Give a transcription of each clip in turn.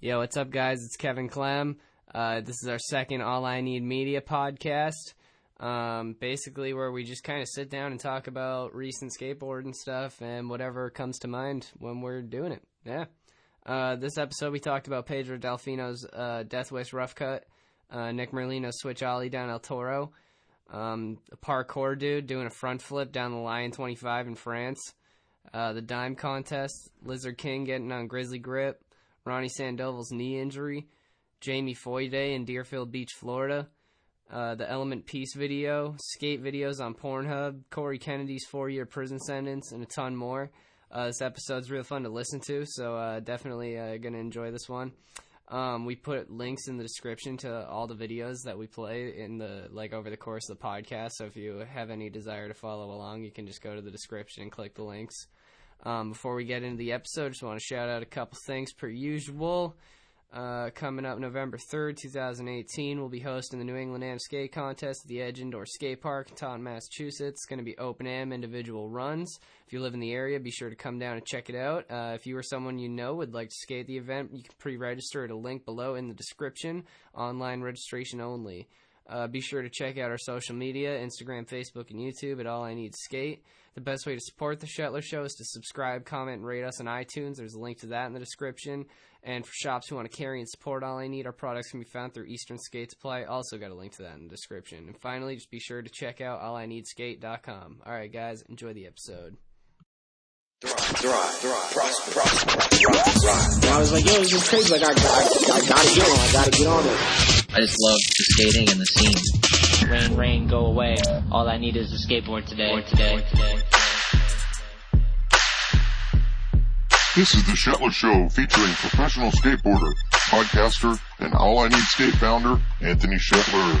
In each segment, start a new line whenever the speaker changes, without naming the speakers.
Yo, what's up, guys? It's Kevin Clem. Uh, this is our second All I Need Media podcast. Um, basically, where we just kind of sit down and talk about recent skateboarding stuff and whatever comes to mind when we're doing it. Yeah. Uh, this episode, we talked about Pedro Delfino's uh, Death Wish Rough Cut, uh, Nick Merlino's Switch Ollie down El Toro, um, a parkour dude doing a front flip down the Lion 25 in France, uh, the dime contest, Lizard King getting on Grizzly Grip, Ronnie Sandoval's knee injury, Jamie Foyday in Deerfield Beach, Florida, uh, the Element Peace video, skate videos on Pornhub, Corey Kennedy's four year prison sentence, and a ton more. Uh, this episode's real fun to listen to, so uh, definitely uh, going to enjoy this one. Um, we put links in the description to all the videos that we play in the like over the course of the podcast. So if you have any desire to follow along, you can just go to the description and click the links. Um, before we get into the episode, just want to shout out a couple things per usual. Uh, coming up November 3rd, 2018, we'll be hosting the New England Am Skate Contest at the Edge Indoor Skate Park in Taunton, Massachusetts. It's going to be open am individual runs. If you live in the area, be sure to come down and check it out. Uh, if you or someone you know would like to skate the event, you can pre register at a link below in the description. Online registration only. Uh, be sure to check out our social media Instagram, Facebook, and YouTube at All I Need Skate. The best way to support the Shetler Show is to subscribe, comment, and rate us on iTunes. There's a link to that in the description. And for shops who want to carry and support All I Need, our products can be found through Eastern Skate Supply. Also, got a link to that in the description. And finally, just be sure to check out allineedskate.com. All right, guys, enjoy the episode.
And I was like, yo, this is crazy. Like, I, I, I gotta get on. I gotta get on it.
I just love the skating and the scene.
Rain, rain, go away. All I need is a skateboard today. today.
This is the Shetler Show featuring professional skateboarder, podcaster, and All I Need Skate founder, Anthony Shetler.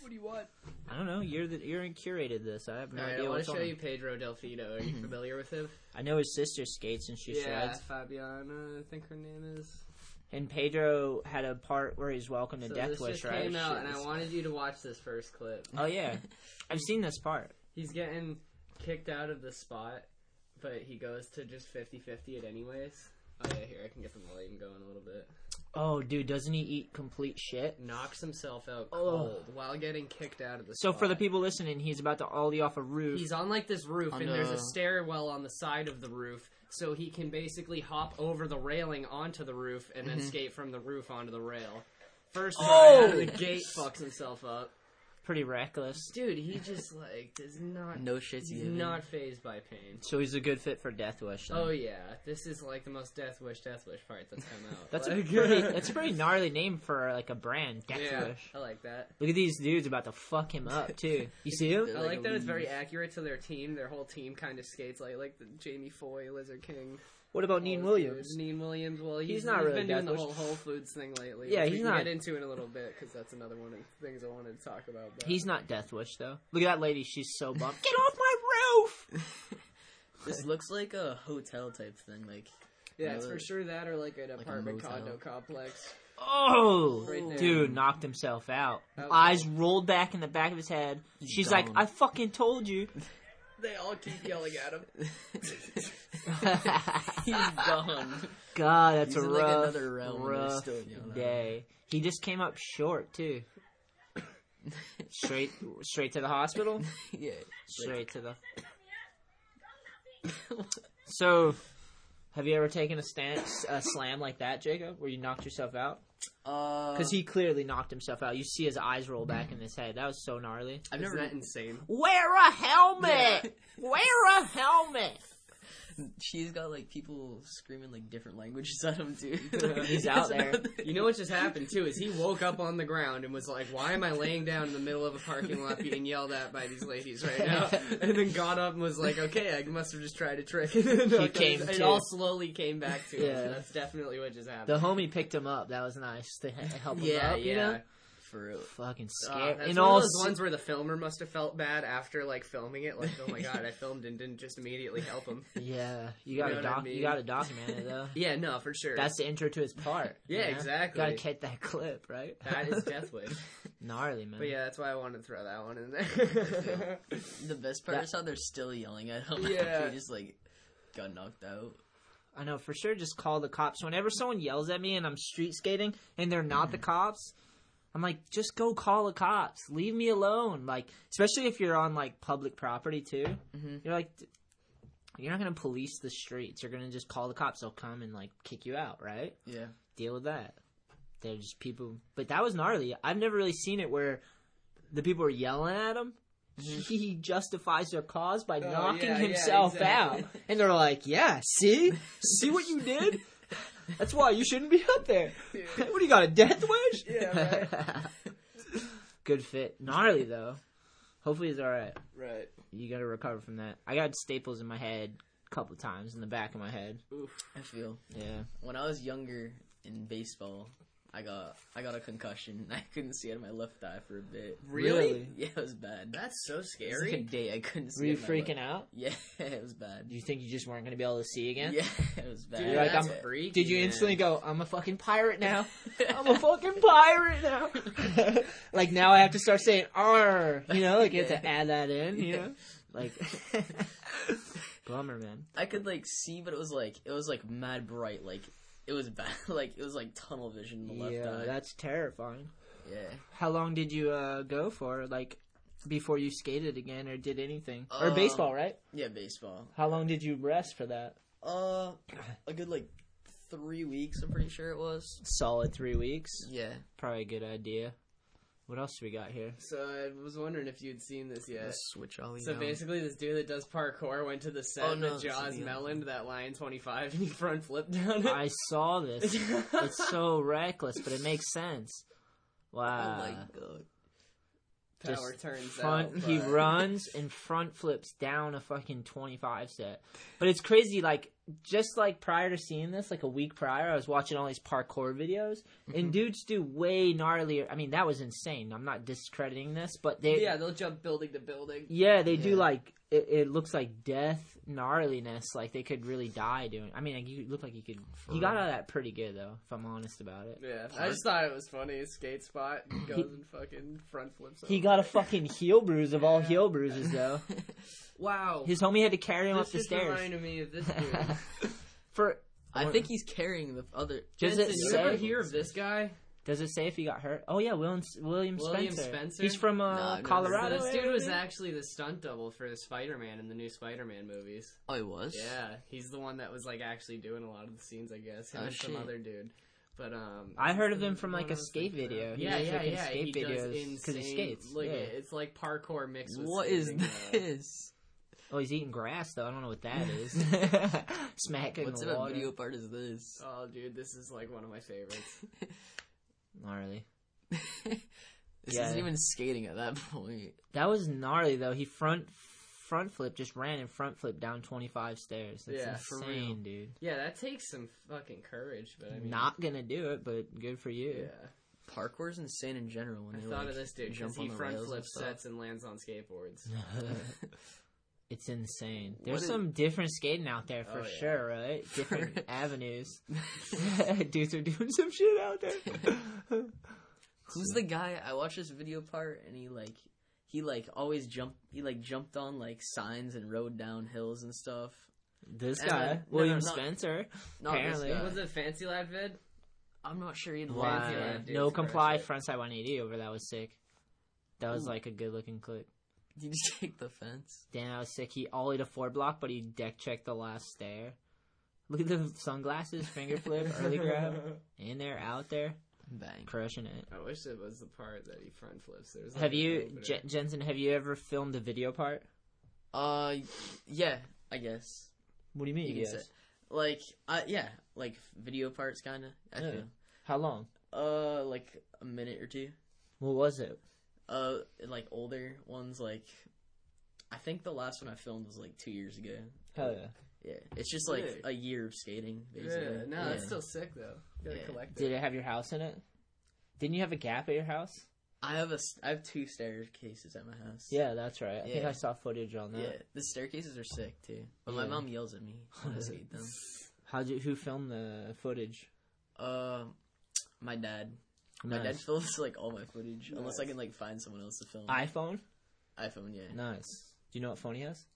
What do you want?
I don't know. You're the, you're curated this. I have no
All right, I
idea
want
what's
to show
on.
you Pedro Delfino. Are you familiar with him?
I know his sister skates and she shreds.
Fabiana, I think her name is.
And Pedro had a part where he's welcome to
So
Death
this
Wish,
just
right?
came out,
Shit,
and I
this-
wanted you to watch this first clip.
Oh yeah, I've seen this part.
He's getting kicked out of the spot, but he goes to just 50-50 it anyways. Oh yeah, here I can get the volume going a little bit.
Oh dude, doesn't he eat complete shit?
Knocks himself out
Oh.
cold while getting kicked out of the
So
spot.
for the people listening, he's about to ollie off a roof.
He's on like this roof,
On
and there's a
the-
stairwell on the side of the roof, so he can basically hop over the railing onto the roof and
Mm-hmm.
then skate from the roof onto the rail. First try
Oh!
out of the gate, fucks himself up.
pretty reckless.
Dude, he just like does not.
No shit's
he's
given.
not phased by pain.
So he's a good fit for Death Wish. then.
Oh yeah, this is like the most Death Wish, Death Wish part that's come out.
that's a
Like-
pretty, that's a pretty gnarly name for like a brand, Death
yeah,
Wish.
I like that.
Look at these dudes about to fuck him up too. You see him?
I
They're
like,
a
that it's very
leaf.
accurate to their team. Their whole team kind of skates like like the Jamie Foy, Lizard King.
What about Oh,
Oh,
Neen Williams?
Neen Williams. Well, he's,
not
he's
really
been doing
Death
the whole
Wish.
Whole Foods thing lately.
Yeah,
which
he's
we can
not-
Get into in a little bit because that's another one of the things I wanted to talk about. But
He's not Death Wish though. Look at that lady. She's so bummed. Get off my roof!
This looks like a hotel type thing. Like,
yeah, it's
uh,
for sure that or like an
a
apartment
motel.
condo complex.
Oh,
Right there.
dude, knocked himself out.
That was-
Eyes rolled back in the back of his head. She's like,
dumb.
I fucking told you.
They all keep yelling at him. He's gone.
God, that's
He's
a
in,
rough,
like, another realm where they're
rough
still yelling at
day. He just came up short too. straight, straight to the hospital.
Yeah.
Straight to the. So, have you ever taken a stance, a slam like that, Jacob, where you knocked yourself out?
Uh,
Because he clearly knocked himself out. You see his eyes roll back in his head. That was so gnarly.
I've never.
Isn't that insane?
Wear a helmet. Wear a helmet.
She's got like people screaming like different languages at him too.
He's out there.
You know what just happened too is he woke up on the ground and was like, "Why am I laying down in the middle of a parking lot being yelled at by these ladies right now?" And then got up and was like, "Okay, I must have just tried a trick." he
came
It
to.
all slowly came back to
Yeah.
him. That's definitely what just happened.
The homie picked him up. That was nice to he- help him
Yeah,
up. You know?
yeah.
For real.
Fucking
Uh,
scary.
that's
in
one
all
of those
se-
ones where the filmer must have felt bad after like filming it. Like, oh my god, I filmed and didn't just immediately help him.
Yeah, you gotta
know what I
doc- you
mean?
gotta document it though.
Yeah, no, for sure.
That's the intro to his part.
Yeah,
you know?
exactly.
Gotta catch that clip, right?
that is Deathwish.
gnarly, man.
But yeah, that's why I wanted to throw that one in there.
The best part
That-
is how they're still yelling at him.
Yeah.
After he just like got knocked out.
I know for sure. Just call the cops. Whenever someone yells at me and I'm street skating and they're not
Mm-hmm.
the cops, I'm like, just go call the cops. Leave me alone. Like, especially if you're on like public property too. You're like, d- you're not gonna police the streets. You're gonna just call the cops. They'll come and like kick you out, right?
Yeah.
Deal with that. They're just people. But that was gnarly. I've never really seen it where the people are yelling at him. He justifies their cause by knocking
Oh, yeah, yeah,
himself
exactly.
out. And they're like, yeah, see? See what you did? That's why you shouldn't be up there. what do you got, a death wish?
Yeah,
Good fit. Gnarly, though. Hopefully he's alright.
right.
You gotta recover from that. I got staples in my head a couple times in the back of my head.
I feel
Yeah.
when I was younger in baseball, I got I got a concussion. I couldn't see out of my left eye for a bit.
Really?
Yeah, it was bad.
That's so
It was like a
scary.
day I couldn't see.
Were you
out of my left-
freaking out?
Yeah, it was bad.
Do you think you just weren't gonna be able to see again?
Yeah, it was bad.
Dude,
You're like,
that's
I'm-
freaky,
Did you
man.
instantly go, I'm a fucking pirate now? I'm a fucking pirate now. like now I have to start saying R, you know, like you have to add that in, you know? Like Bummer man.
I could like see, but it was like it was like mad bright. Like it was bad. Like it was like tunnel vision in the left
yeah,
eye.
that's terrifying.
yeah.
How long did you uh go for? Like before you skated again or did anything? or
Uh,
baseball, right?
Yeah, baseball.
How long did you rest for that?
Uh, a good like three weeks. I'm pretty sure it was.
Solid three weeks.
Yeah.
Probably a good idea. What else do we got here?
So I was wondering if you'd seen this yet.
Switch all
So basically, this dude that does parkour went to the set
Oh,
and
no,
that
this is
Jaws
the other
meloned that Lion 25 and he front flipped down it.
I saw this. it's so reckless, but it makes sense.
Oh
Wow.
my god.
Power
Just
turns
front,
out.
he
but-
runs and front flips down a fucking 25 set. But it's crazy, like, just like prior to seeing this, like a week prior, I was watching all these parkour videos,
Mm-hmm.
and dudes do way gnarlier. I mean, that was insane. I'm not discrediting this, but they,
Yeah, they'll jump building to building.
yeah, they do
Yeah.
like it, it looks like death gnarliness. Like they could really die doing. I mean, like, you look like you could. you got out of that pretty good though, if I'm honest about it.
Yeah, I just thought it was funny. His skate spot goes and fucking front flips.
He
over.
got a fucking heel bruise of all heel bruises though.
wow.
His homie had to carry him
this
up the
just
stairs
reminded me of this dude.
for.
I think he's carrying the other.
Does
Did
it
you ever
say?
hear of this guy?
Does it say if he got hurt? Oh yeah, William William,
William
Spencer.
Spencer?
He's from
Nah, I've
uh,
never
Colorado.
This
heard
dude was
area.
actually the stunt double for the Spider-Man in the new Spider-Man movies.
Oh, it was.
Yeah, he's the one that was like actually doing a lot of the scenes, I guess. Him
Oh,
and some
shit.
other dude. But um,
I heard of him
what
from like a
else
skate
did he do?
video. He
yeah,
does,
yeah,
like, in
yeah.
skate
he does
videos
insane.
he skates.
Look,
yeah.
it's like parkour mixed with
What is
skating, uh,
this?
Oh, he's eating grass though. I don't know what that is. Smacking
What
the
type of
water.
video part is this?
Oh, dude, this is like one of my favorites.
Gnarly.
This
Yeah.
isn't even skating at that point.
That was gnarly though. He front front flip just ran and front flip down twenty five stairs. That's
Yeah, for real.
insane, dude.
Yeah, that takes some fucking courage, but I mean,
Not gonna do it, but good for
Yeah,
you.
Parkour's insane in general. When
I
they,
thought
like,
of this dude because
jump on
he
the
front
rails and
flips
stuff.
sets and lands on skateboards.
It's insane. There's
is-
some different skating out there for
Oh, yeah.
sure, right? Different avenues. Dudes are doing some shit out there.
Who's the guy? I watched this video part, and he like, he like always jumped. He like jumped on like signs and rode down hills and stuff.
this
And
guy,
then- no,
William
no, not-
Spencer.
Not this
Apparently.
guy.
Was
it Fancy Lad vid?
I'm not sure he'd
Wow.
fancy that.
No
dude.
comply frontside 180 over. That was sick. That was
Ooh.
like a good looking clip.
Did you take the fence?
Damn, that was sick. He ollied a four block, but he deck checked the last stair. Look at the sunglasses, finger flip, early grab. In there, out there,
Bang.
crushing it.
I wish it was the part that he front flips. There's like
Have
a
you,
little bit of-
J- Jensen? Have you ever filmed the video part?
Uh, yeah, I guess
What do you mean?
you can say. Like, uh, yeah, like video parts, kind of. I
Yeah.
feel.
How long?
Uh, like a minute or two.
What was it?
Uh, like older ones, like I think the last one I filmed was like two years ago.
Hell yeah!
Yeah, it's just like
Really?
a year of skating, basically.
uh,
Yeah, no, it's
Yeah.
still sick though. Gotta
Yeah.
collect
Did
it.
it have your house in it? Didn't you have a gap at your house?
I have a, s- I have two staircases at my house.
Yeah, that's right. I think
Yeah.
I saw footage on that.
yeah. The staircases are sick too, but my
Yeah.
mom yells at me when I skate them.
How'd you? Who filmed the footage?
Uh, my dad. My dad
Nice.
films like all my footage, unless I can like find someone else to film.
iPhone.
iPhone, yeah. No,
Nice. Do you know what phone he has?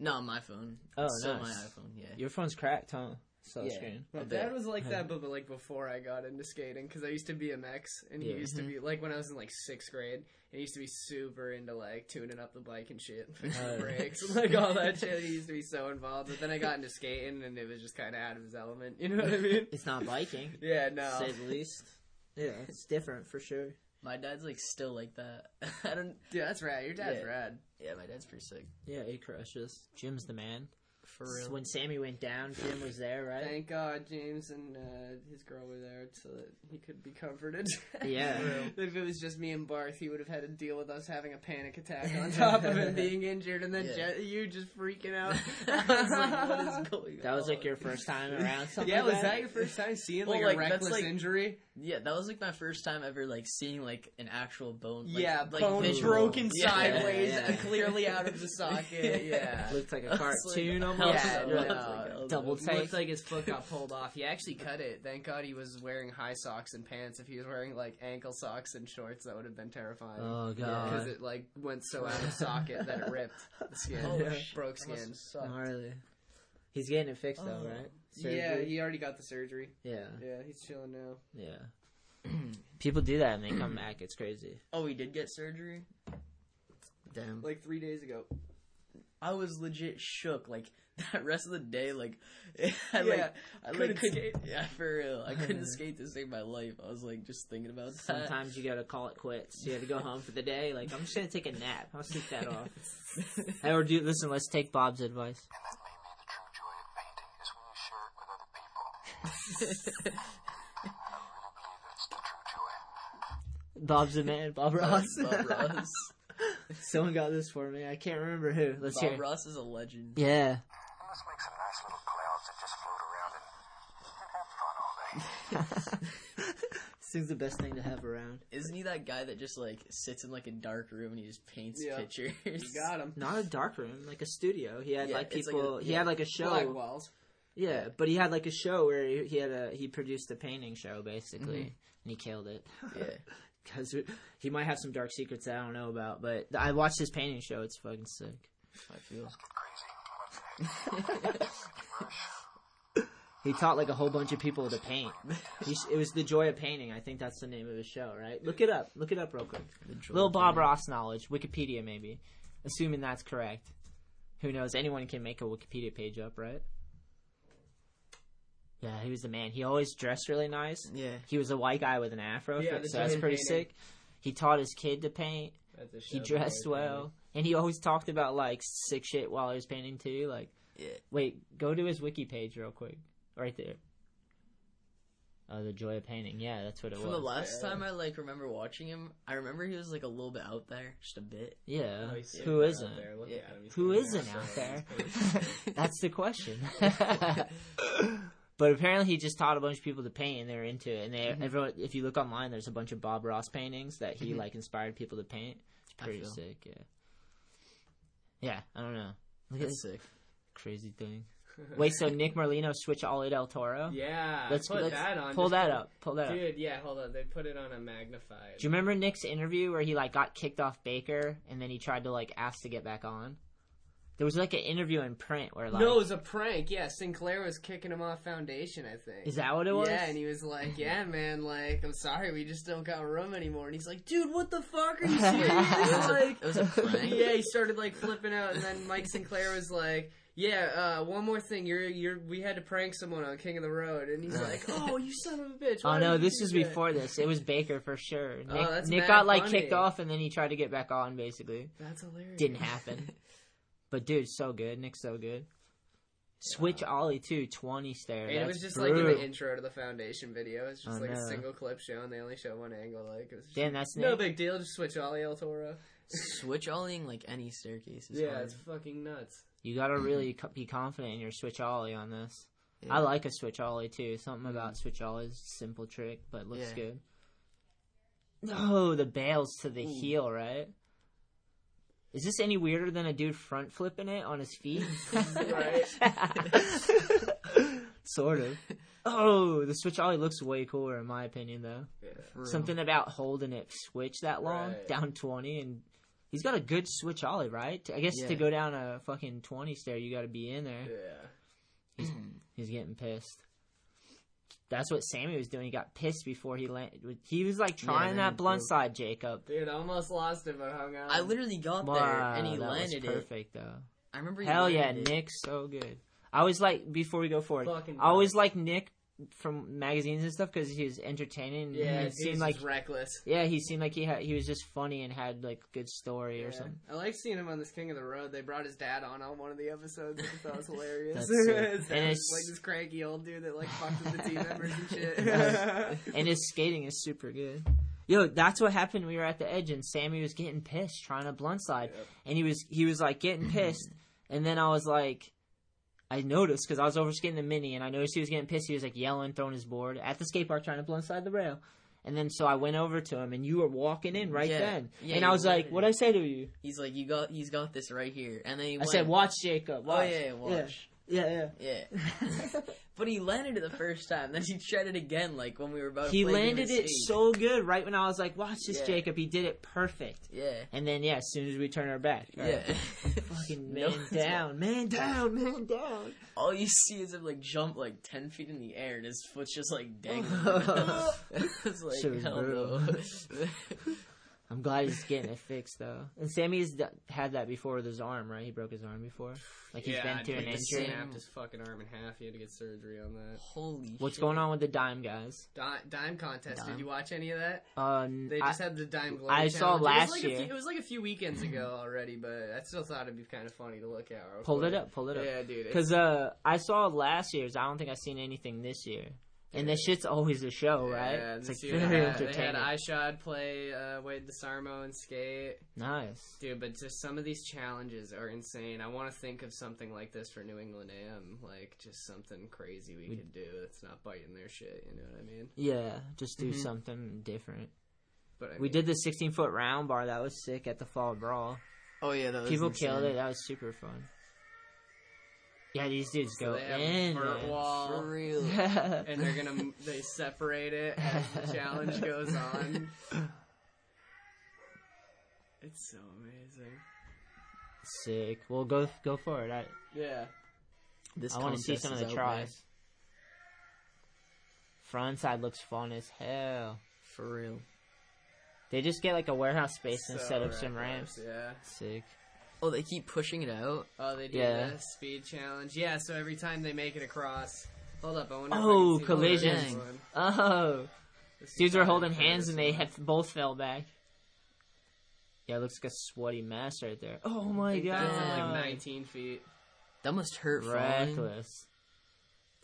my phone.
Oh,
It's still my
nice.
iPhone, yeah.
Your phone's cracked, huh? Saw the
Yeah.
screen.
My
I
dad
bet.
was like that, but, but like before I got into skating, because I used to BMX, and he
Yeah.
used to be like when I was in like sixth grade, and he used to be super into like tuning up the bike and shit, fixing
Oh, yeah.
brakes, and, like all that shit. He used to be so involved, but then I got into skating, and it was just kind of out of his element. You know what I mean?
It's not biking,
Yeah, no.
to say the least. Yeah, it's different for sure.
my dad's like still like that. I don't.
Dude, that's rad. Your dad's
Yeah.
rad.
Yeah, my dad's pretty sick.
Yeah, it crushes. Jim's the man.
For real.
When Sammy went down, Jim was there, right?
Thank God James and uh, his girl were there so that he could be comforted.
Yeah. True.
if it was just me and Barth, he would have had to deal with us having a panic attack on top of him being injured, and then
Yeah.
Je- you just freaking out.
I was like, what is going
That was like
on?
your first time around something.
yeah,
like
was that your first time seeing
Well,
like,
like,
a
that's
reckless
like-
injury?
Yeah, that was like my first time ever like seeing like an actual bone. Like,
yeah,
like,
bone
visual.
broken
Yeah,
sideways,
yeah,
uh,
yeah.
clearly out of the socket. Yeah.
Looked like
I
a
was like,
cartoon
I was
almost.
Yeah,
like, I was
no.
like, I was
Double
like,
tap. Looked
like his foot got pulled off. He actually cut it. Thank God he was wearing high socks and pants. If he was wearing like ankle socks and shorts, that would have been terrifying.
Oh
because
god,
it like went so out of socket that it ripped the skin,
Oh,
Yeah.
shit.
broke
that must
skin.
have sucked.
gnarly. He's getting it fixed though,
Oh.
right?
Yeah,
Surgery?
he already got the surgery.
yeah,
Yeah, he's chilling now.
yeah. People do that and they come back. It's crazy.
Oh, he did get surgery. Damn.
Like three days ago.
I was legit shook. Like that rest of the day, like I
Yeah,
like I
couldn't
like couldn't,
skate.
Yeah, for real, I couldn't skate to save my life. I was like just thinking about that.
Sometimes you gotta call it quits. You gotta go home for the day. Like I'm just gonna take a nap. I'll sleep that off. Hey, Or do listen. Let's take Bob's advice. Bob's the man. Bob Ross.
Bob Ross.
Someone got this for me. I can't remember who. Let's hear.
Bob
it.
Ross is a legend.
Yeah.
Let's make some nice little clouds that just float around and, and have fun all day.
This is the best thing to have around.
Isn't he that guy that just like sits in like a dark room and he just paints
Yeah.
pictures?
You got him.
Not a dark room, like a studio. He had
Yeah,
like
it's like
people.
a-
he
yeah.
had like a show.
Black walls.
Yeah, but he had like a show where he, he had a he produced a painting show basically,
Mm-hmm.
and he killed it.
Yeah.
because he might have some dark secrets that I don't know about. But I watched his painting show; it's fucking sick.
I feel.
He taught like a whole bunch of people to paint. He, s- it was the joy of painting. I think that's the name of his show, right? Look it up. Look it up real quick. Little Bob Ross knowledge, Wikipedia maybe, assuming that's correct. Who knows? Anyone can make a Wikipedia page up, right? Yeah, he was the man. He always dressed really nice.
Yeah.
He was a white guy with an afro,
Yeah,
so
the
that's
German
pretty
painting.
sick. He taught his kid to paint. he dressed well and he always talked about like sick shit while he was painting too like
Yeah.
wait go to his wiki page real quick right there oh the joy of painting yeah that's what it
From
was
the last time I like remember watching him, I remember he was like a little bit out there, just a bit.
Oh,
Oh,
yeah who isn't who isn't out there that's the question but apparently he just taught a bunch of people to paint and they're into it and they
Mm-hmm.
everyone if you look online there's a bunch of bob ross paintings that he like inspired people to paint it's pretty
feel.
sick yeah yeah i don't know Look
That's
at
sick.
crazy thing. Wait, so Nick Merlino switch Ollie Del Toro?
Yeah.
Let's,
put
let's
that on.
pull
just
that
put-
up. Pull that up.
Dude, yeah, hold on. They put it on a magnifier.
Do you remember Nick's interview where he like got kicked off Baker and then he tried to like ask to get back on? There was like an interview in print where like
no, it was a prank. Yeah, Sinclair was kicking him off Foundation, I think.
Is that what it was?
Yeah, and he was like, "Yeah, man, like, I'm sorry, we just don't got room anymore." And he's like, "Dude, what the fuck are you serious?" like,
It was a prank.
yeah, he started like flipping out, and then Mike Sinclair was like, "Yeah, uh, one more thing, you're you're we had to prank someone on King of the Road," and he's like, "Oh, you son of a bitch!"
Oh
why
no,
would you
this
do
was
that?"
before this. It was Baker for sure. Nick,
that's
Nick
mad
got like
funny.
kicked off and then he tried to get back on basically.
That's hilarious.
Didn't happen. but dude, so good. Nick's so good. Switch Ollie too, twenty stare.
And it
That's
was just like in
brutal.
the intro to the foundation video. It's just
I
like a
know.
single clip show, and they only show one angle. Like, it was just,
Damn, that's
no
Nick.
big deal. Just switch Ollie El Toro.
Switch ollieing like any staircase is
yeah,
hard.
it's fucking nuts.
You gotta really co- be confident in your switch ollie on this.
Mm-hmm. Yeah. Mm-hmm.
I like a switch ollie too. Something about switch ollie is a simple trick, but looks
Yeah.
good. No, the bails to the heel, right? Is this any weirder than a dude front flipping it on his feet?
Right?
sort of. Oh, the switch ollie looks way cooler in my opinion, though.
For real.
Something about holding it switch that long
Right.
down twenty, and he's got a good switch ollie, right? I guess
Yeah.
to go down a fucking twenty stair, you got to be in there.
yeah.
He's getting pissed. That's what Sammy was doing. He got pissed before he landed. He was like trying
then
that
he
blunt
broke.
side, Jacob.
Dude, I almost lost it, but hung on.
I literally got
Wow,
there and he
that was
landed it.
perfect though.
I remember. He
Hell yeah,
landed it.
Nick's so good. I was like, before we go forward,
Fucking
I always like Nick from magazines and stuff because he was entertaining. And
Yeah,
he
it seemed
seemed like
reckless.
yeah, he seemed like he had he was just funny and had like a good story
Yeah.
or something.
I like seeing him on this King of the Road. They brought his dad on on one of the episodes. I thought it was hilarious.
That's
His
sick.
dad
And
was,
it's-
like this cranky old dude that like fucked with the team members and shit.
and his skating is super good. Yo, that's what happened. We were at the edge, and Sammy was getting pissed, trying to blunt side, and he was he was like getting pissed, and then I was like, I noticed because I was over skating the mini, and I noticed he was getting pissed. He was like yelling, throwing his board at the skate park, trying to blunt side the rail, and then so I went over to him, and you were walking in right
Yeah.
then,
Yeah,
and I
you
was like,
were.
what I say to you?
He's like, you got, he's got this right here, and then he
I
went,
said, watch Jacob.
Oh
Watch.
yeah, yeah, watch.
Yeah, yeah. yeah.
Yeah. but he landed it the first time. Then he tried it again, like when we were about. to
He
play
landed
Demon
it
Speed.
so good right when I was like, watch this,
Yeah.
Jacob. He did it perfect.
Yeah.
And then yeah, as soon as we turn our back,
Yeah.
fucking
No
man
one's
down, man down, man down.
All you see is him like jump like ten feet in the air, and his foot's just like dangling. it's like
Shit was
hell
brutal.
no.
I'm glad he's getting it fixed though. And Sammy's d- had that befefore with his arm, right? He broke his arm before. Like he's been through an
dude, he
injury.
snapped his fucking arm in half. He had to get surgery on that.
Holy.
What's
shit.
going on with the dime guys?
Di- dime contest.
Dime.
Did you watch any of that?
Um,
They
I-
just had the dime glory.
I saw
challenge. it was
last
like a
year.
few- it was like a few weekends ago already, but I still thought it'd be kind of funny to look at. real
pull
quick.
it up, pull it up.
Yeah, dude. it's-
Because uh, I saw last year's. I don't think I've seen anything this year. And this shit's always a show, right?
Yeah,
it's like
Oh, this year uh,
very
they had, they
entertaining.
had Ishod play uh, Wade Desarmo and skate.
nice.
Dude, but just some of these challenges are insane. I want to think of something like this for New England AM, like just something crazy we could do that's not biting their shit. You know what I mean?
Yeah, just
Mm-hmm.
do something different.
But I
We
mean,
did the 16 foot round bar. That was sick at the Fall Brawl.
Oh yeah, that was
People
insane.
killed it. That was super fun. Yeah, these dudes
So
go
they have
in.
Burt
man.
Wall.
For real.
and they're gonna they separate it as the challenge goes on. It's so amazing.
Sick. Well, go go for it. I,
Yeah.
This
I want to see
contest
some of
is
the
out,
tries.
man.
Frontside looks fun as hell.
For real.
They just get like a warehouse space and
So
set up some
reckless,
ramps.
Yeah.
Sick.
Oh, they keep pushing it out.
Oh, they do
Yeah.
the speed challenge. Yeah. So every time they make it across, hold up. I wonder if I
Oh,
can see the latest
collisions.
one.
Oh,
This is
dudes were
probably
holding
the
hands
favorite
and they
one.
had both fell back. Yeah, it looks like a sweaty mess right there. Oh
I
my
think that's at,
god.
like 19 feet.
That must hurt. falling.
Reckless.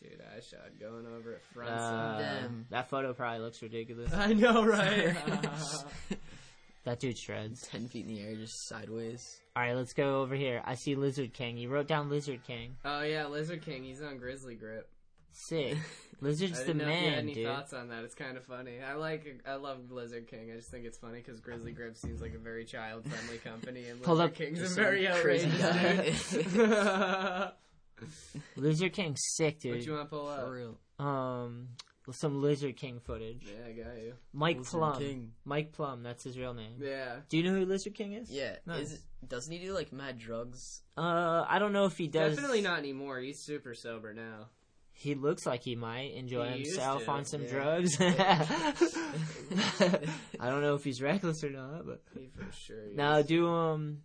Dude, I shot going over it front.
Uh,
Damn.
that photo probably looks ridiculous.
I know, right?
That dude shreds.
Ten feet in the air, just sideways.
All right, let's go over here. I see Lizard King. You wrote down Lizard King.
oh yeah, Lizard King. He's on Grizzly Grip.
Sick. Lizard's
I
the
didn't know if you had
man,
any
dude.
thoughts on that? It's kind of funny. I like, I love Lizard King. I just think it's funny because Grizzly Grip seems like a very child-friendly company, and
Pull
Lizard
up
King's a
some
very
crazy
outrageous. dude.
Lizard King's sick, dude.
what you want to
Uh,
pull up?
For real.
Um, some Lizard King footage.
Yeah, I got you.
Mike
Lizard
Plum.
King.
Mike Plum. That's his real name.
Yeah.
Do you know who Lizard King is?
Yeah.
Nice.
Is it, doesn't he do like mad drugs?
Uh, I don't know if he does.
Definitely not anymore. He's super sober now.
He looks like he might enjoy
He used
himself
to,
on some
yeah.
drugs. I don't know if he's reckless or not, but
He for sure. is.
now do um.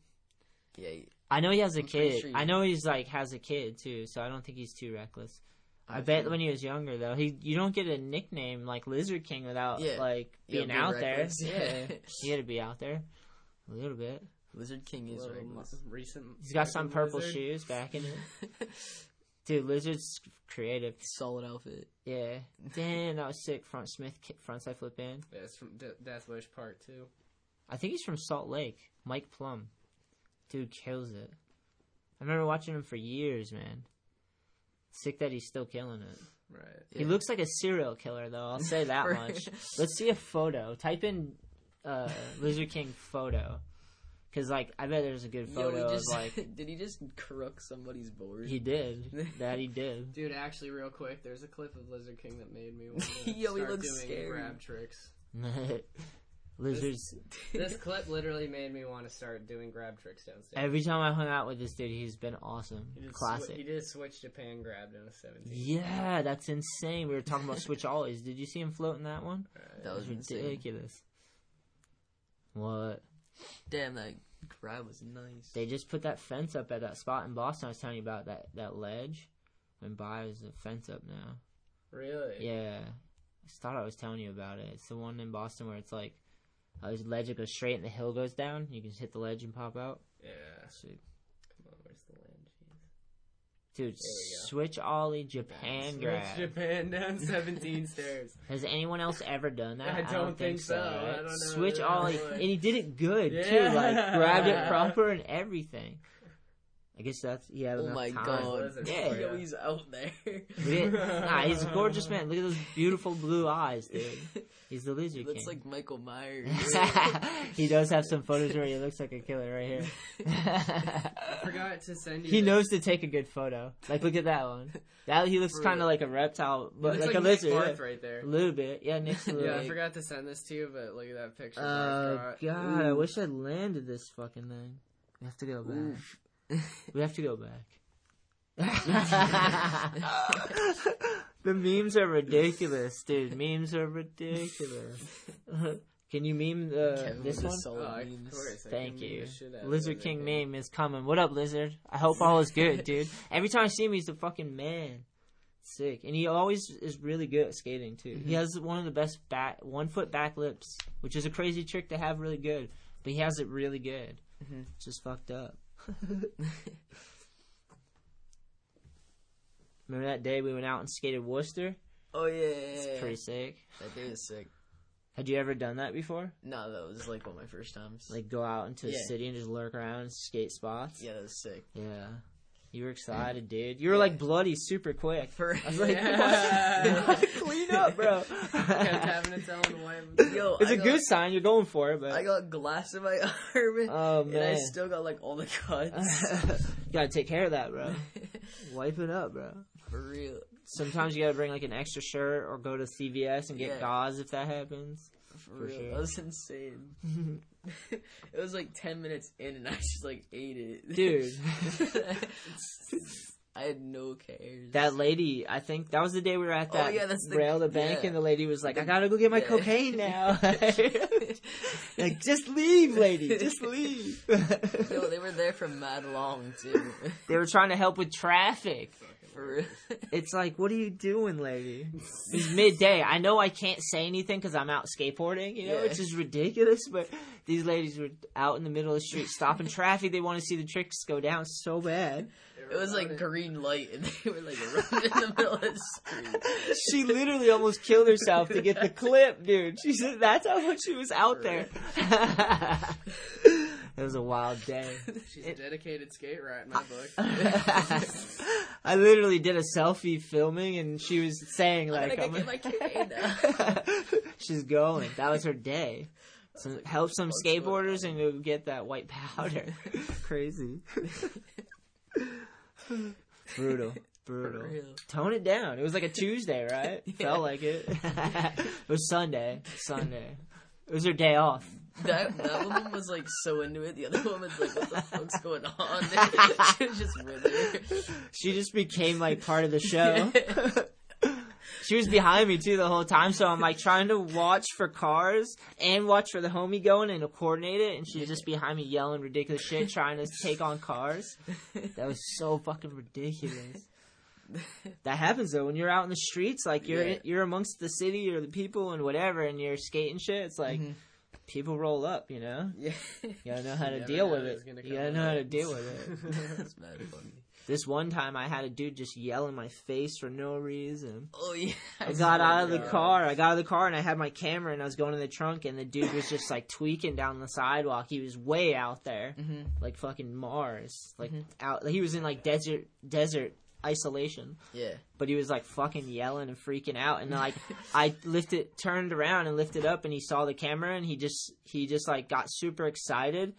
Yeah. he-
I know he has a
I'm pretty
kid.
sure he
I know he's like has a kid too, so I don't think he's too reckless. I bet when he was younger though, he you don't get a nickname like Lizard King without
Yeah.
like
Yeah,
being
be
out
reckless.
there.
Yeah.
he had to be out there a little bit.
Lizard King is
Little
reckless.
mo- recent.
He's got some
recent
purple
lizard.
shoes back in it. Dude, Lizard's creative.
Solid outfit.
Yeah, damn, that was sick. Front Smith ki- frontside flip band.
Yeah, it's from De- Death Wish Part Two.
I think he's from Salt Lake. Mike Plum. Dude kills it. I remember watching him for years, man. Sick that he's still killing it.
Right.
He looks like a serial killer, though. I'll say that
For-
much. Let's see a photo. Type in uh, Lizard King photo, because like I bet there's a good
Yo,
photo
he just,
of like
did he just crook somebody's board?
he did that he did.
Dude, actually, real quick, there's a clip of Lizard King that made me want to
Yo, he
start
looks
doing
scary.
grab tricks.
Lizards.
This clip literally made me want to start doing grab tricks downstairs.
Every time I hung out with this dude, he's been awesome.
He did swi-
Classic.
he did switch to pan grab in a 17.
Yeah, that's insane. We were talking about Switch Always. Did you see him floating that one?
that was
That's
ridiculous.
ridiculous. What?
Damn, that grab was nice.
They just put that fence up at that spot in Boston I was telling you about, that, that ledge. And by is a fence up now.
Really?
Yeah. I just thought I was telling you about it. It's the one in Boston where it's like uh, there's a ledge that goes straight and the hill goes down. You can just hit the ledge and pop out.
Yeah.
Sick.
Come on, where's the land? Jeez.
Dude,
we go.
switch Ollie Japan grab.
Switch to pan down 17 stairs.
Has anyone else ever done that?
I don't think so. I don't know.
Switch
Yeah,
Ollie,
like-
and he did it good too.
Yeah.
Like grabbed it proper and everything. I guess that's he had
Oh
enough
my
time.
god.
Lizard
Yeah.
King.
Yo, he's out there.
We didn't- nah, he's a gorgeous man. Look at those beautiful blue eyes, dude. He's the lizard
Looks
king.
like Michael Myers.
he does have some photos where he looks like a killer right here.
I forgot to send you.
he
this.
knows to take a good photo. Like look at that one. That he looks
For
kind
real.
of like a reptile,
He
but
looks
like, a
Nick
lizard.
Barth
yeah.
right there.
A little bit, yeah. Next to the
Yeah, I
lake.
forgot to send this to you, but look at that picture.
Oh
Barth got.
god, I
Ooh.
wish I landed this fucking thing. We have to go back. We have to go back. the memes are ridiculous, dude. Memes are ridiculous. Can you meme the,
Kevin
this
with the
one?
Oh,
solid
of
memes.
course. I
Thank
can meme
you.
the shit out of
Lizard
Lizard
King meme is coming. What up, Lizard? I hope all is good, dude. Every time I see him, he's the fucking man. Sick. And he always is really good at skating, too.
Mm-hmm.
He has one of the best back, one foot back lips, which is a crazy trick to have really good. But he has it really good.
Mm-hmm.
It's just fucked up. Remember that day we went out and skated Worcester?
Oh yeah,
It's pretty sick.
that day was sick.
Had you ever done that before?
No, that was like one of my first times.
Like go out into the
Yeah.
city and just lurk around and skate spots?
yeah, that was sick.
Yeah. You were excited, dude. You were like bloody super quick.
For
I was like,
Yeah.
what? clean up, bro.
Kept having to tell him why.
Yo,
it's
I
a
got,
good sign. You're going for it, but
I got glass in my arm,
oh
and I
man,
still got like all the cuts.
gotta take care of that, bro. Wipe it up, bro.
For real,
Sometimes you gotta bring like an extra shirt or go to CVS and get
Yeah.
gauze if that happens.
for, real,
sure.
that was insane. it was like ten minutes in, and I just like ate it,
Dude.
I had no cares.
That lady, I think that was the day we were at
Oh,
that
yeah, that's the-
rail the bank,
yeah.
and the lady was like, "I gotta go get my
Yeah.
cocaine now." like, just leave, lady. Just leave.
Yo, they were there for mad long too.
They were trying to help with traffic.
for real.
It's like, what are you doing, lady? It's midday. I know I can't say anything because I'm out skateboarding, you know,
Yeah.
which is ridiculous, but these ladies were out in the middle of the street stopping traffic. They want to see the tricks go down so bad.
It was like green light, and they were like running in the middle of the
Mm.
street.
She literally almost killed herself to get the clip, dude. She said that's how much she was out there. It was a wild day.
She's a dedicated skate rat in my book.
I literally did a selfie filming, and she was saying
I'm
like,
gonna
I'm-
go get my
"She's going." That was her day. So help some skateboarders and go get that white powder. Crazy. brutal, brutal.
real.
Tone it down. It was like a Tuesday, right? Felt like it. it was Sunday. Sunday. It was her day off.
That that woman was like so into it. The other woman's like, "What the fuck's going on?" she was just with it.
She just became like part of the show. she was behind me too the whole time, so I'm like trying to watch for cars and watch for the homie going and to coordinate it, and she's just behind me yelling ridiculous shit, trying to take on cars. That was so fucking ridiculous. That happens though when you're out in the streets, like you're
Yeah.
you're amongst the city or the people and whatever, and you're skating shit. It's like
Mm-hmm.
people roll up, you know.
Yeah,
You gotta know how to
never
deal
know
with
it
it.
was gonna
You
come
gotta know how
out.
to deal with it.
that's mad funny.
This one time, I had a dude just yell in my face for no reason.
Oh yeah,
I got out of the
God.
car. I got out of the car and I had my camera and I was going in the trunk and the dude was just like tweaking down the sidewalk. He was way out there,
Mm-hmm.
like fucking Mars, like out. He was in like desert, desert isolation
Yeah,
but he was like fucking yelling and freaking out and like i lifted turned around and lifted up and he saw the camera and he just he just like got super excited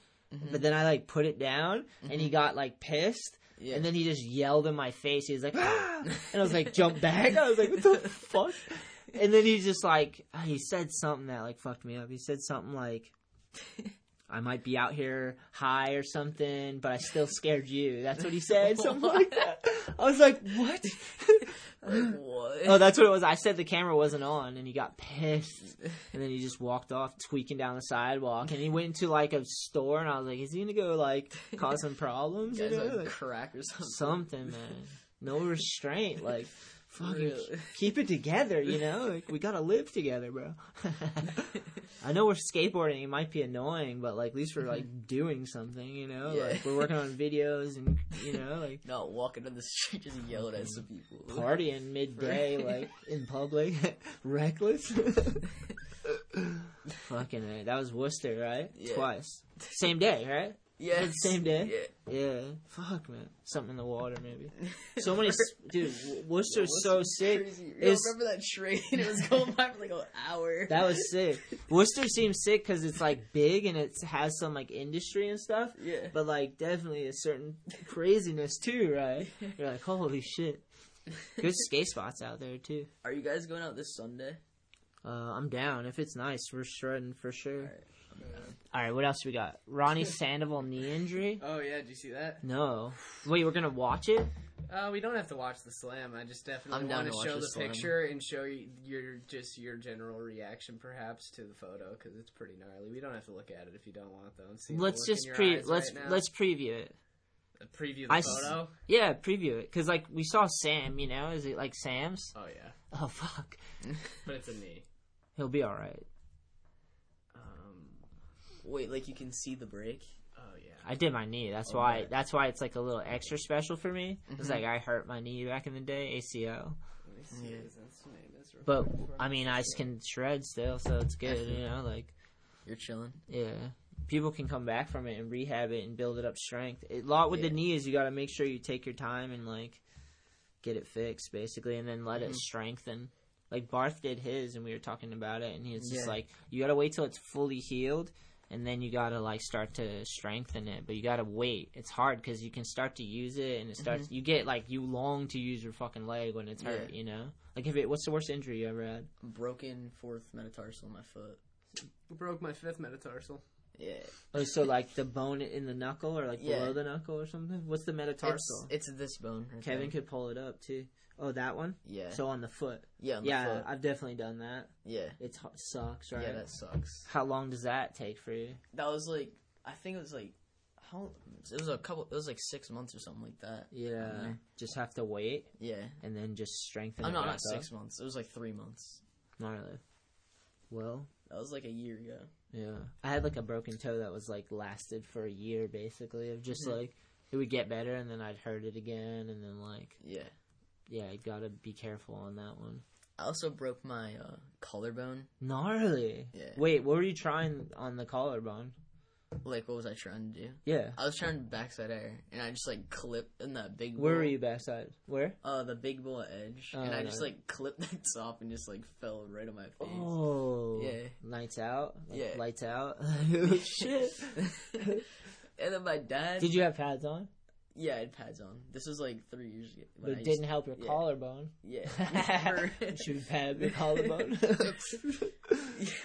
but then i like put it down and he got like pissed
yeah.
and then he just yelled in my face he was like "Ah!" and i was like jump back i was like what the fuck and then he just like he said something that like fucked me up he said something like I might be out here high or something, but I still scared you. That's what he said, something like that. I was like, "What?"
like, what?
Oh, that's what it was. I said the camera wasn't on, and he got pissed, and then he just walked off, tweaking down the sidewalk, and he went into like a store, and I was like, "Is he gonna go like cause some problems? You
Guys
know,
on
like,
crack or something.
something, man? No restraint, like." Fucking
Really?
keep it together, you know. Like we gotta live together, bro. I know we're skateboarding; it might be annoying, but like at least we're like doing something, you know.
Mm-hmm. Yeah.
Like we're working on videos, and you know, like
Not walking on the street, just yelling at some people.
partying midday,
Right.
like in public, reckless. Fucking it. That was Worcester, right?
Yeah.
Twice. Same day, right?
Yeah,
the same day?
Yeah.
Yeah. Fuck, man. Something in the water, maybe. So many, s- dude. Wo- Worcester's so sick.
Crazy. Yo,
It's-
remember that train? It was going by for like an hour.
That was sick. Worcester seems sick because it's like big and it has some like industry and stuff.
Yeah.
But like definitely a certain craziness too, right? You're like, holy shit. Good skate spots out there too.
Are you guys going out this Sunday?
Uh, I'm down. If it's nice, we're shredding for sure. All
right,
right, what else we got? Ronnie Sandoval knee injury?
Oh yeah, did you see that?
No. Wait, we're gonna watch it?
Uh, we don't have to watch the slam. I just definitely
I'm down
want
to
to
watch
show
the
the
slam.
picture and show you your just your general reaction, perhaps, to the photo because it's pretty gnarly. We don't have to look at it if you don't want though. And see the
let's
look in
just
your
pre
eyes
let's
right now.
let's preview it.
preview the
I s-
photo.
Yeah, preview it because like we saw Sam, you know, is it like Sam's?
Oh yeah,
Oh fuck,
but it's a knee.
he'll be all right.
Um,
Wait, like you can see the break?
oh yeah.
I did my knee.
Oh,
That's why that's why it's like a little extra special for me. It's
Mm-hmm.
like I hurt my knee back in the day, ACL.
Let me see his name is real
But
quick before
I mean, I can shred still, so it's good, you know, like.
You're chilling.
Yeah. People can come back from it and rehab it and build it up strength. A lot with
Yeah.
the knee is you got to make sure you take your time and like get it fixed basically and then
Mm-hmm.
let it strengthen. Like Barth did his and we were talking about it and he was just
Yeah.
like you got to wait till it's fully healed and then you got to like start to strengthen it, but you got to wait. It's hard cuz you can start to use it and it starts you get like you long to use your fucking leg when it's
Mm-hmm. Yeah.
hurt, you know? Like if it what's the worst injury you ever had?
Broken fourth metatarsal in my foot.
I broke my fifth metatarsal.
Yeah.
Oh, so like the bone in the knuckle or like
Yeah.
below the knuckle or something? What's the metatarsal?
It's, it's this bone. right
Kevin
there.
could pull it up too. Oh, that one?
Yeah.
So on the foot.
yeah. On the
yeah,
Foot.
I've definitely done that.
yeah.
It t- sucks, right?
Yeah, that sucks.
How long does that take for you?
That was like, I think it was like, how? It was a couple. It was like six months or something like that.
Yeah.
Mhm.
Just have to wait
Yeah.
and then just strengthen
Oh
it
no,
back
not
up?
six months. It was like three months.
Not really. Well,
That was like a year ago.
yeah. I had like a broken toe that was like lasted for a year basically of just
Mhm.
like it would get better and then I'd hurt it again and then like
Yeah.
yeah, you gotta be careful on that one.
I also broke my uh, collarbone.
Gnarly.
Yeah.
Wait, what were you trying on the collarbone?
like what was I trying to do?
Yeah.
I was trying to backside air, and I just like clipped in that big.
Where
bowl,
were you backside? Where?
Uh, the big bowl edge,
Oh,
and I
no.
just like clipped that top and just like fell right on my face.
Oh,
Yeah.
Lights out. Like,
Yeah.
Lights out. oh, shit.
and then my dad.
Did you have pads on?
Yeah, I had pads on. This was like three years ago. when
That
I
didn't
used-
help your
yeah.
collarbone.
Yeah.
Should have padded your collarbone.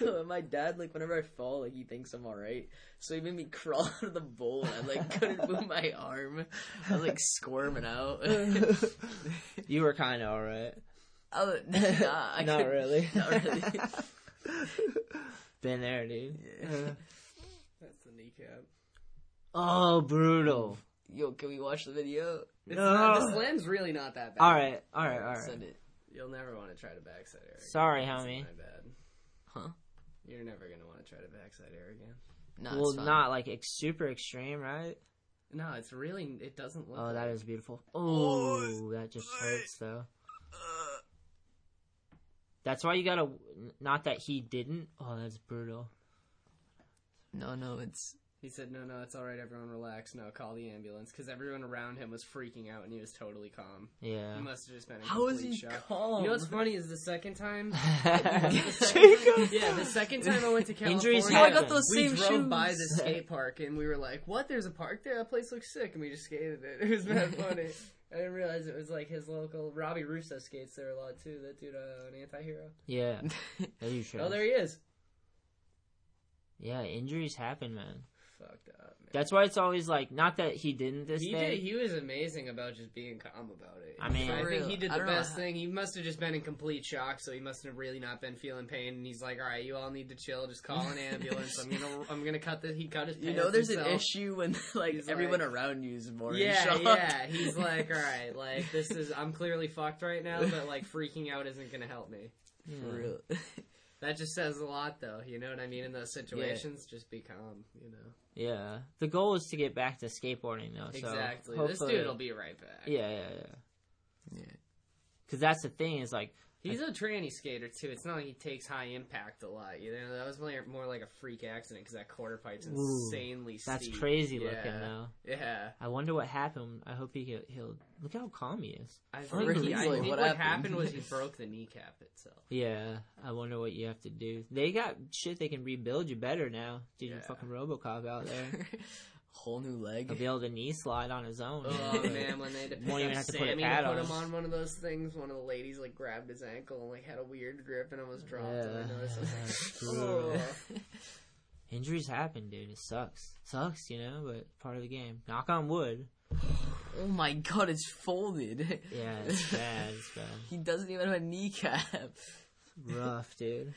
Yo, and my dad, like, whenever I fall, like, he thinks I'm alright. So he made me crawl out of the bowl. and I, like, couldn't move my arm. I was, like, squirming out.
you were kind of alright.
I was, nah, I
Not
couldn't-
really.
Not really.
Been there, dude.
That's the kneecap.
Oh, brutal.
Yo, can we watch the video?
It's
No.
not, the slam's really not that bad.
All right, all right, all right.
Send it.
You'll never want to try to backside air. again.
Sorry,
It's
homie.
My bad.
Huh?
You're never gonna want to try to backside air again.
Nah,
Well,
it's fine.
not like ex- super extreme, right?
No, it's really. It doesn't look.
Oh, that
like-
is beautiful. Oh, that just hurts though.
Uh.
That's why you gotta. Not that he didn't. Oh, that's brutal.
No, no, it's.
He said, "No, no, it's all right. Everyone relax. No, call the ambulance." Because everyone around him was freaking out, and he was totally calm.
Yeah.
He must have just been. In
How is
complete
he
shock.
calm?
You know what's funny is the second time.
Jacob.
yeah, the second time I went to California,
Injuries
Oh, I got
happen.
those
we
same
drove
shoes.
by the skate park, and we were like, "What? There's a park there? That place looks sick." And we just skated it. It was mad funny. I didn't realize it was like his local Robbie Russo skates there a lot too. That dude, uh, an anti-hero.
Yeah. Are you sure?
Oh, there he is.
Yeah, injuries happen, man.
Fucked up. Man.
That's why it's always like, not that he didn't this
He
day.
did. He was amazing about just being calm about it.
I mean-
I
For
think
real.
he did
I
the
don't know
best
how-
thing. He must have just been in complete shock, so he must have really not been feeling pain. And he's like, "All right, you all need to chill. Just call an ambulance. I'm gonna, I'm gonna cut the. He cut his.
You
pants
know, there's an
himself.
issue when like
He's
everyone
like-
around you is more. in
Yeah,
shock.
yeah. He's like, all right, like this is. I'm clearly fucked right now, but like freaking out isn't gonna help me.
For real.
That just says a lot, though. You know what I mean? In those situations, just be calm. You know
Yeah. The goal is to get back to skateboarding, though. So
exactly. This
hopefully-
dude will be right back.
Yeah, yeah, yeah.
Yeah.
Because that's the thing is like,
He's a tranny skater too. It's not like he takes high impact a lot. You know, that was more, more like a freak accident because that quarter pipe's
Ooh,
insanely
that's
steep.
crazy
yeah.
looking, though.
Yeah,
I wonder what happened. I hope he he'll, he'll look how calm he is.
I
For
think, he,
real,
I
like,
think
what
what,
happened?
happened was he broke the kneecap itself.
Yeah, I wonder what you have to do. They got shit they can rebuild you better now. Dude, you
Yeah.
fucking RoboCop out there.
Whole new leg.
He'll be able to knee slide on his own.
Oh man, when they had to pick
Won't even
up
have to put a
Sammy
pad
to
on
put him
him.
on one of those things, one of the ladies like grabbed his ankle and like had a weird grip and almost dropped him. I noticed. I was like,
Brutal.
"Oh."
Injuries happen, dude. It sucks. Sucks, you know, but part of the game. Knock on wood.
Oh my god, it's folded.
Yeah, it's bad. It's bad.
He doesn't even have a kneecap.
Rough, dude.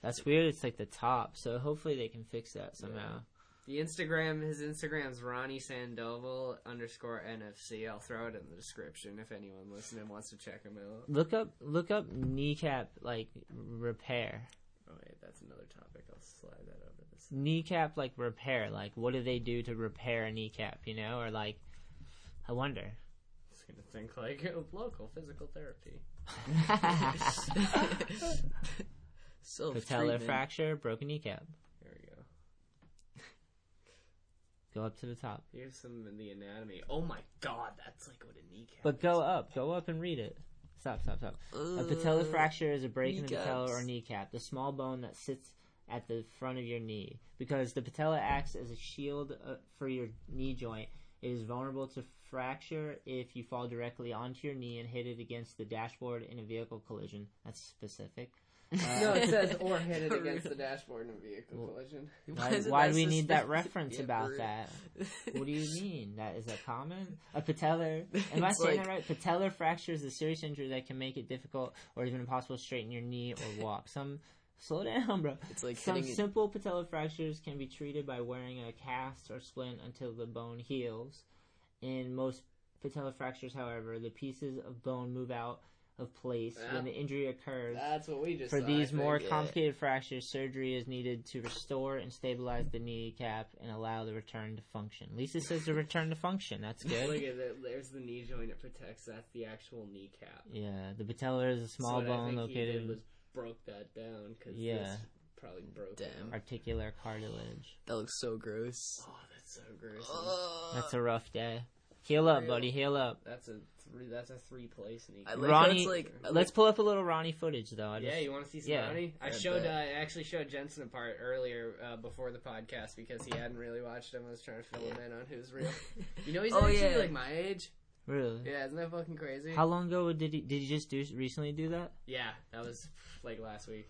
That's weird. It's like the top, so hopefully they can fix that somehow.
The Instagram, his Instagram's Ronnie Sandoval underscore NFC. I'll throw it in the description if anyone listening wants to check him out.
Look up, look up kneecap like repair.
Oh wait, that's another topic. I'll slide that over this.
Kneecap like repair. Like, what do they do to repair a kneecap? You know, or like, I wonder.
Just gonna think like oh, local physical therapy.
So
Patella fracture, broken kneecap.
Here we go.
Go up to the top,
Here's some in the anatomy. Oh my god, that's like what a kneecap.
but go up, go up and read it. Stop, stop, stop. A patella fracture is a break in the patella or
kneecaps.
kneecap, the small bone that sits at the front of your knee. Because the patella acts as a shield uh, for your knee joint, it is vulnerable to fracture if you fall directly onto your knee and hit it against the dashboard in a vehicle collision. That's specific. Uh,
no, it says or hit it against the dashboard in a vehicle collision.
Why,
is it
why
that
do we need that
specific?
reference
Yeah,
about
for real.
that? What do you mean? That is that common? A patellar? Am I
It's
saying that
like-
right? Patellar fracture is a serious injury that can make it difficult or even impossible to straighten your knee or walk. Some slow down, bro.
It's like
Some
hitting it-
simple patellar fractures can be treated by wearing a cast or splint until the bone heals. In most patellar fractures, however, the pieces of bone move out of place
Yeah.
Ah.
when the injury occurs.
That's what we just
For
saw, I
these
think.
more
yeah.
complicated fractures, surgery is needed to restore and stabilize the kneecap and allow the return to function. Lisa says the return to function. That's
Look
good.
at that. There's the knee joint it protects. That's the actual kneecap.
yeah, the patellar is a small
So what I
bone
think He
located.
did was broke that down because
Yeah.
this probably broken.
Damn.
Articular cartilage.
That looks so gross.
Oh, that's so gross.
That's a rough day. Heal up, buddy. Heal up.
That's a three. That's a three play sneak.
Ronnie, let's pull up a little Ronnie footage though. I
yeah,
just-
you want to see some
yeah.
Ronnie? I,
I
showed. Uh,
bet.
I actually showed Jensen a part earlier uh, before the podcast because he hadn't really watched him. I was trying to fill him in on who's real. You know, he's
Oh,
actually
yeah.
like my age.
Really?
Yeah, isn't that fucking crazy?
How long ago did he did he just do recently do that?
Yeah, that was like last week.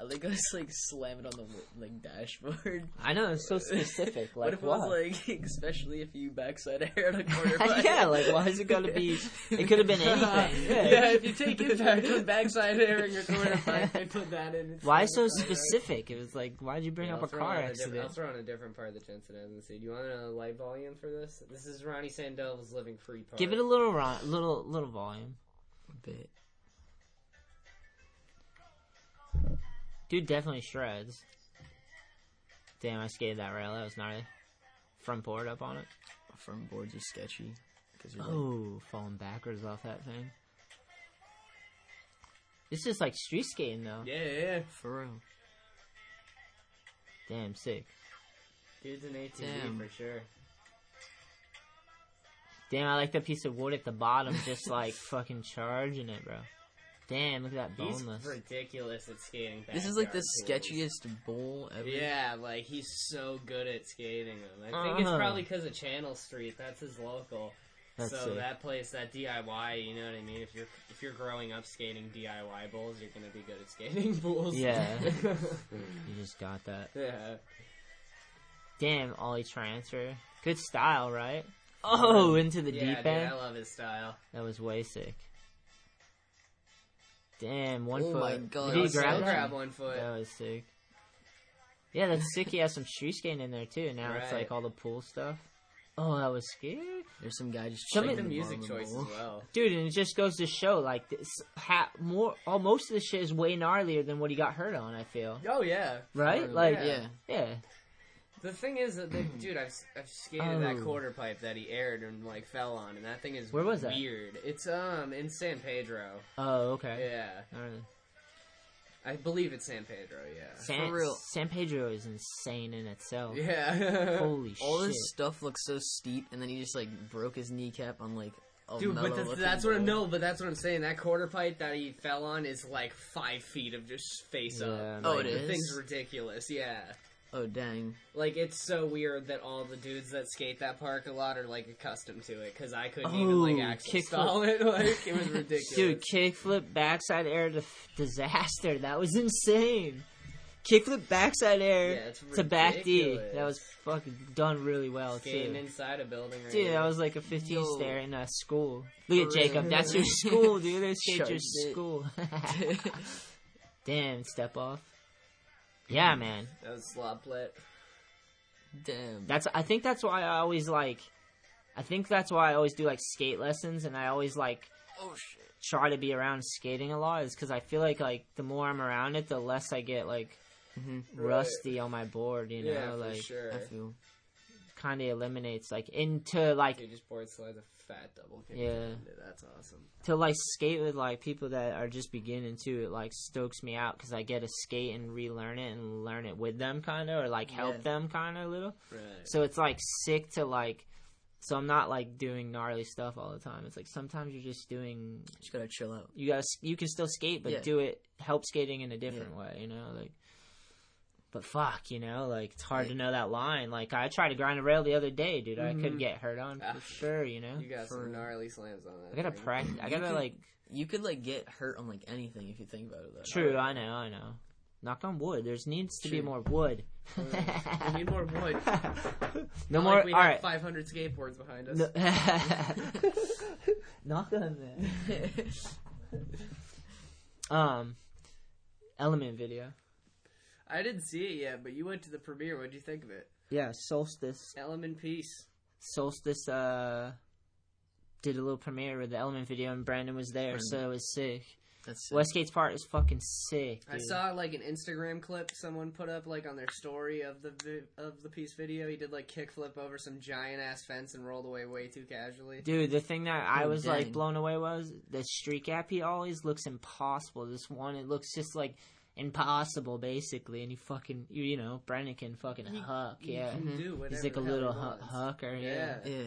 I think I was like slam it on the like dashboard.
I know it's so specific.
what
Like
if
what?
it was like, especially if you backside air at a quarter? pipe?
yeah, like why is it gonna be? It could have been anything. Yeah.
yeah, if you take impact with backside air in your quarter pipe, they put that in. It's
Why
fucking
so
perfect.
specific? It was like, why'd you bring
Yeah,
up
I'll
a
throw
car
in different- I'll
accident?
throw in a different part that Jensen hasn't seen. Do you want a light volume for this? This is Ronnie Sandel's living free part.
Give it a little, ro- little, little volume.
bit.
Dude definitely shreds. Damn, I skated that rail. That was gnarly. Front board up on it.
Front boards are sketchy. 'cause you're, like-
Oh, falling backwards off that thing. It's just like street skating though.
Yeah, yeah, yeah.
For real.
Damn, sick.
Dude's an ATV
Damn.
for sure.
Damn, I like that piece of wood at the bottom, just like fucking charging it, bro. Damn, look at that
He's
boneless.
ridiculous at skating.
This is like the
backyard tools.
sketchiest bowl ever.
Yeah, like he's so good at skating them. I think it's
Uh-huh.
probably because of Channel Street. That's his local.
That's
so
it.
that place, that DIY, you know what I mean. If you're if you're growing up skating DIY bowls, you're gonna be good at skating bowls.
Yeah. you just got that.
yeah.
Damn, ollie transfer. Good style, right? Oh, into the
yeah,
deep
dude,
end.
I love his style.
That was way sick. Damn, one
Oh
foot.
my God,
Did he
I'll still
grab,
grab
you?
one foot.
That was sick. Yeah, that's sick. He has some street skating in there too. Now it's
Right.
like all the pool stuff. Oh, that was scary.
There's some guy just
Some
like
of
the
the
music
Marlon
choice
Bowl.
as well.
Dude, and it just goes to show like this ha- more all most of the shit is way gnarlier than what he got hurt on, I feel.
Oh yeah.
Right? Like
Yeah.
Yeah.
The thing is that, they, dude, I've, I've skated that
Oh.
quarter pipe that he aired and like fell on, and that thing is
Where was that?
weird. It's um in San Pedro.
Oh, okay.
Yeah,
Alright.
I believe it's San Pedro. Yeah,
San,
For real.
San Pedro is insane in itself.
Yeah.
Holy
All
shit.
this stuff looks so steep, and then he just like broke his kneecap on like a
Dude, but that's,
metal-looking
that's what I
bowl.
no, but that's what I'm saying. That quarter pipe that he fell on is like five feet of just face
Yeah,
up.
Oh,
Like,
it
the
is?
Thing's ridiculous. Yeah,
Oh dang!
like it's so weird that all the dudes that skate that park a lot are like accustomed to it because I couldn't even
Oh,
like axle
kick
stall
flip.
it. Like it was ridiculous.
Dude, kickflip backside air to f- disaster. That was insane. Kickflip backside
Yeah,
air
it's
to back D.
ridiculous.
That was fucking done really well
skating
too.
inside a building. Right
Dude,
now.
that was like a 15
Yo.
stair in a school. Look at Jacob. That's your school, dude. They skate your
Charged it.
school. Damn, step off. Yeah, man.
That was sloplet.
Damn.
That's. I think that's why I always like. I think that's why I always do like skate lessons, and I always like
oh shit!
try to be around skating a lot, is because I feel like like the more I'm around it, the less I get like rusty on my board. You know,
yeah, for
like
sure.
I feel.
kind of eliminates like into like
Dude, just board slides a fat double kick.
Yeah.
into it. that's awesome.
to like skate with like people that are just beginning to it like stokes me out because I get to skate and relearn it and learn it with them kind of or like help
Yeah.
them kind of a little.
Right.
So it's like sick to like. So I'm not like doing gnarly stuff all the time. It's like sometimes you're just doing.
Just gotta chill out.
You gotta s- you can still skate, but
Yeah.
do it help skating in a different way. You know, like. But fuck, you know, like it's hard to know that line. Like I tried to grind a rail the other day, dude. I could get hurt on for
Ah.
sure. You know.
You got
For-
some gnarly slams on that.
I gotta
thing.
practice. I
You
gotta
could-
like
You could like get hurt on like anything if you think about it. Though.
True, I know, I know. Knock on wood. There's needs to be
True.
more wood.
We need more wood.
no
Not
more.
Like we
all
have
right.
500 skateboards behind us.
No- Knock on that. Um, element video.
I didn't see it yet, but you went to the premiere. What'd you think of it?
Yeah, solstice.
Element Peace.
Solstice. Uh, did a little premiere with the element video, and Brandon was there, so it was sick.
That's sick.
Westgate's part is fucking sick.
I
dude.
saw like an Instagram clip someone put up like on their story of the vi- of the piece video. He did like kickflip over some giant ass fence and rolled away way too casually.
Dude, the thing that I
Oh,
was like
dang.
blown away was the streak app. He always looks impossible. This one, it looks just like impossible basically and he fucking you, you know Brennan can fucking
He-
huck
he
yeah
Mm-hmm.
can do
he's
whatever
like a
the hell
little
he
hu-
wants.
hucker yeah.
Yeah. Yeah.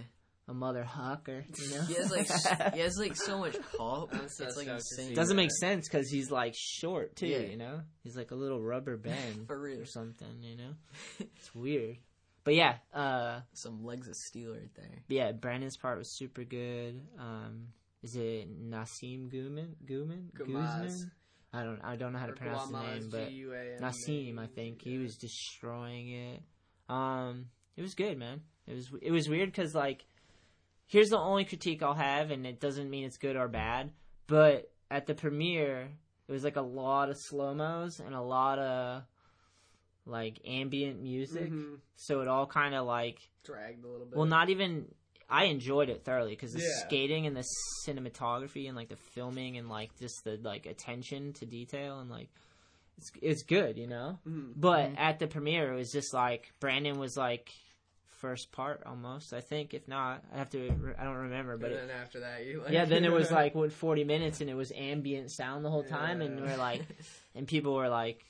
a mother hucker you know
He has like s- he has like so much pulp.
so
it's like
stoked to
insane.
doesn't make sense because he's like short too
Yeah.
you know he's like a little rubber band
For real.
or something you know it's weird but yeah uh
some legs of steel right there.
yeah, Brandon's part was super good. Um, is it Nassim Guman? Guman?
Gumas.
Guzman? I don't. I don't know how to
Or
pronounce
Guamaz,
the name, but
E.
G-U-A-M-A.
Nassim. I think he was destroying it. Um, it was good, man. It was. It was weird because like, here's the only critique I'll have, and it doesn't mean it's good or bad. But at the premiere, it was like a lot of slow mos and a lot of like ambient music.
Mm-hmm.
Mhm.
So it all kind of like
Dragged a little bit.
well, not even. I enjoyed it thoroughly because the
Yeah.
skating and the cinematography and like the filming and like just the like attention to detail and like it's it's good, you know.
Mm-hmm.
Mhm.
But at the premiere, it was just like Brandon was like first part almost. I think if not, I have to. re- I don't remember, but
and
it,
then after that, you like
yeah, then it was like what forty minutes, and it was ambient sound the whole time, and
Yeah.
we're like, and people were like,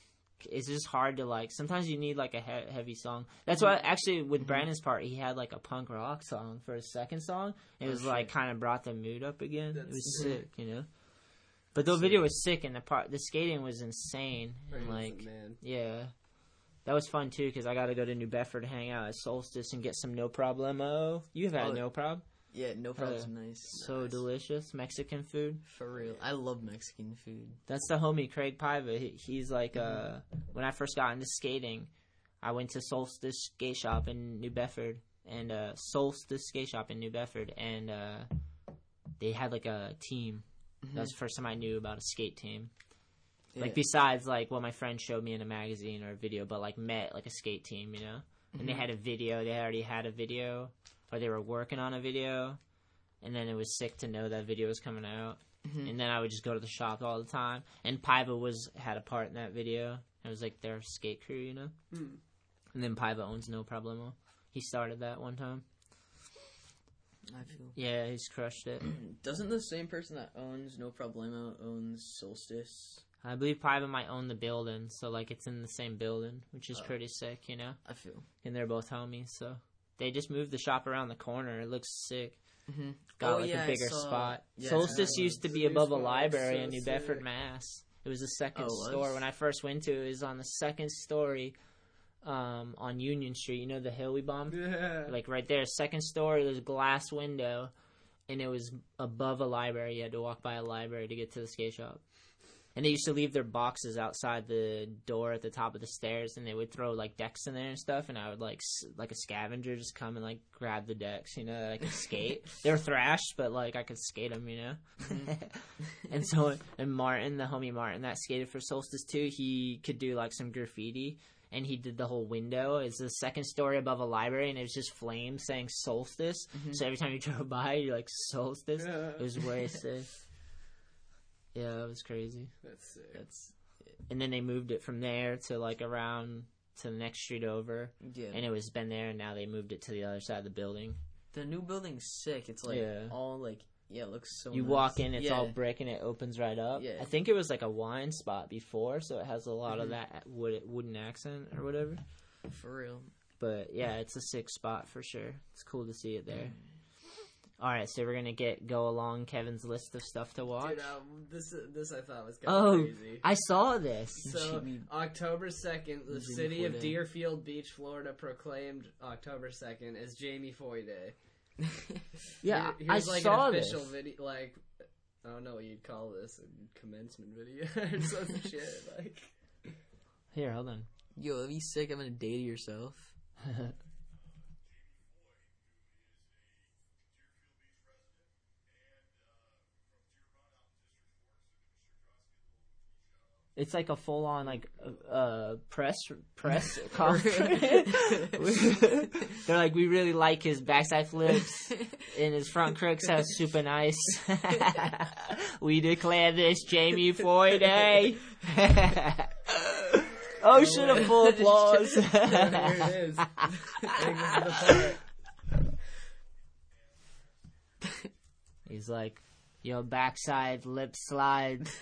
it's just hard to like. Sometimes you need like a he- heavy song. That's
Mm-hmm.
why actually with Brandon's part, he had like a punk rock song for his second song. It
Oh,
was
shit.
like kind of brought the mood up again. it
That's-
was
Mhm.
sick, you know. But the video was sick, and the part the skating was insane, and
Brandon's
like
the man.
yeah. That was fun too because I got to go to New Bedford to hang out at Solstice and get some no problemo. You've had
Oh,
no prob.
Yeah, no problem's
Uh,
nice.
So delicious Mexican food.
For real, I love Mexican food.
That's the homie Craig Piva. He, he's like, uh, when I first got into skating, I went to Solstice Skate Shop in New Bedford, and uh, Solstice Skate Shop in New Bedford, and uh, they had like a team. That was the first time I knew about a skate team.
Yeah.
Like besides like what my friend showed me in a magazine or a video, but like met like a skate team, you know. And they
Mhm.
had a video. They already had a video, or they were working on a video. And then it was sick to know that video was coming out.
Mhm.
And then I would just go to the shop all the time. And Piva was had a part in that video. It was like their skate crew, you know.
Mm.
And then Piva owns No Problemo. He started that one time.
I feel.
Yeah, he's crushed it.
Doesn't the same person that owns No Problemo owns Solstice?
I believe Piva might own the building, so like it's in the same building, which is
Oh.
pretty sick, you know.
I feel.
and they're both homies. So they just moved the shop around the corner. It looks sick.
Mhm.
Got
Oh,
like
yeah, I
a bigger
saw-
spot.
yeah,
Solstice
yeah.
used to be
Used
above a
one,
library
so
in New
sick.
Bedford, Mass. It was the second
Oh, it was?
store when I first went to. It was on the second story. Um, on Union Street, you know the hill we bombed,
Yeah.
like right there, second story. There's a glass window, and it was above a library. You had to walk by a library to get to the skate shop. And they used to leave their boxes outside the door at the top of the stairs, and they would throw like decks in there and stuff. And I would like s- like a scavenger just come and like grab the decks, you know, that I could skate. they were thrashed, but like I could skate them, you know. and so and Martin, the homie Martin that skated for Solstice too, he could do like some graffiti. And he did the whole window. It's the second story above a library, and it was just flames saying solstice.
Mhm.
So every time you drove by, you're like solstice.
Yeah.
It was way sick. Yeah, it was crazy.
That's sick.
That's
and then they moved it from there to like around to the next street over
yeah.
and it was been there and now they moved it to the other side of the building
the new building's sick. It's like
Yeah.
all like yeah, it looks so.
you
nice.
walk in it's
yeah.
all brick and it opens right up
Yeah.
i think it was like a wine spot before so it has a lot
Mhm.
of
Mm-hmm.
that wood, wooden accent or whatever
for real.
but yeah it's a sick spot for sure it's cool to see it
Mm.
there all right so we're gonna get go along kevin's list of stuff to watch
Dude, uh, this this I thought was kind of
oh
crazy.
i saw this
So October second, the
Jamie
city of
Foy Day.
Deerfield Beach, Florida, proclaimed October second as Jamie Foy Day.
yeah
Here-
i
here's like
saw
an
this
official video, like I don't know what you'd call this, a commencement video or some shit. Like
here hold on
Yo, that'd be sick having a day to yourself.
It's like a full on like uh, uh, press press conference. They're like, we really like his backside flips and his front crooks are super nice. we declare this Jamie eh?" Foy day. Ocean of Oh, full applause.
there it is.
He's like, your backside lip slide.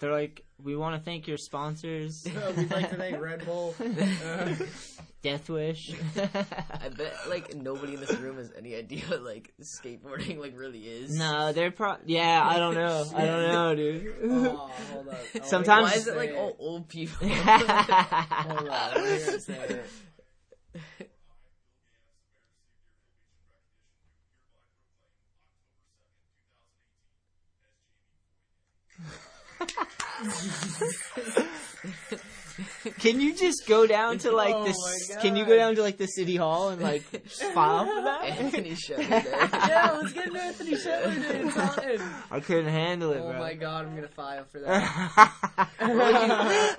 They're like, we want to thank your sponsors.
Uh, we'd like to thank Red Bull. Uh,
Death Wish.
I bet like nobody in this room has any idea like skateboarding like really is.
No, they're pro. Yeah, I don't know. I don't know, dude.
Oh, hold up. Oh, wait,
Sometimes-
why is it like all old people?
Hold
up, let me hear it say it.
Can you just go down to like
Oh
this?
my God.
Can you go down to like the city hall and like file for that?
Anthony Shetler. yeah, let's get an Anthony Shetler day in Taunton.
I couldn't handle it,
Oh
bro.
my god, I'm gonna file for that.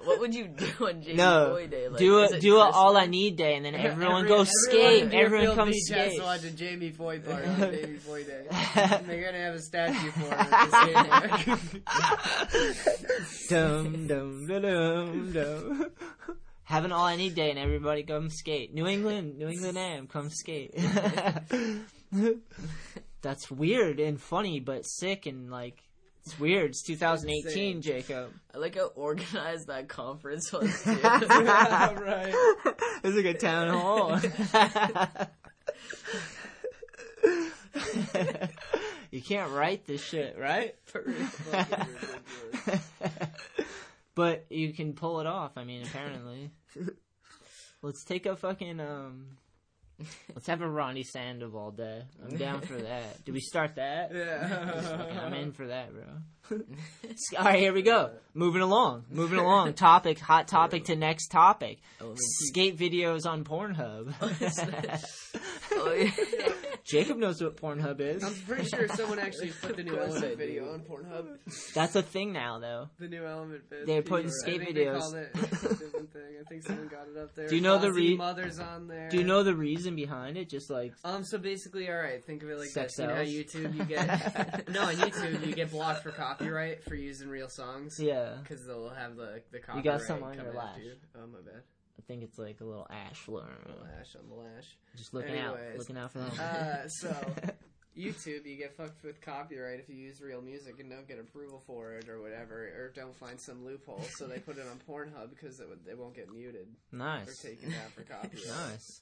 what, would you, what would you do on James
no,
Boy Day? Like,
do
is
a
it
do a
Christmas?
all I need day, and then everyone
Every-
go
everyone
skate.
in
Everyone
Deerfield
come
Beach has
skate.
to watch a Jamie Foy part on Jamie Foy Day. And they're gonna have a statue for him. at the skate
dum dum da, dum dum. Have an all I need day, and everybody come skate. New England, New England AM, come skate. That's weird and funny, but sick and like it's weird. It's 2018,
Insane.
Jacob.
I like how organized that conference was. Too.
Yeah,
right.
It's like a town hall. you can't write this shit, right? but you can pull it off. I mean, apparently. let's take a fucking um. Let's have a Ronnie Sandoval day. I'm down for that. Do we start that? Fucking, I'm in for that, bro. All right, here we go. Moving along. Moving along. Topic, hot topic to next topic. Skate videos on Pornhub. Jacob knows what Pornhub
I'm
is.
pretty sure someone actually put the new element video on Pornhub.
That's a thing now, though.
The new element video.
They're putting
I
skate
think They
videos.
called it a different thing. I think someone got it up there.
Do you know the
Aussie
re-
mothers on there?
Do you know the reason behind it? Just like
Um. So basically, all right. Think of it like
Sex
this. You know, how
sells.
YouTube, you get no on YouTube, you get blocked for copyright for using real songs.
yeah,
Because they'll have the the copyright.
You got some on your
coming
lash.
at you. Oh my bad.
I think it's like a little ash floor.
Lash on the lash.
Just looking out,
Anyways.
looking out for them.
Uh, so YouTube, you get fucked with copyright if you use real music and don't get approval for it or whatever, or don't find some loophole. So they put it on Pornhub because it, would- they won't get muted or
nice,
taken down for copyright.
nice.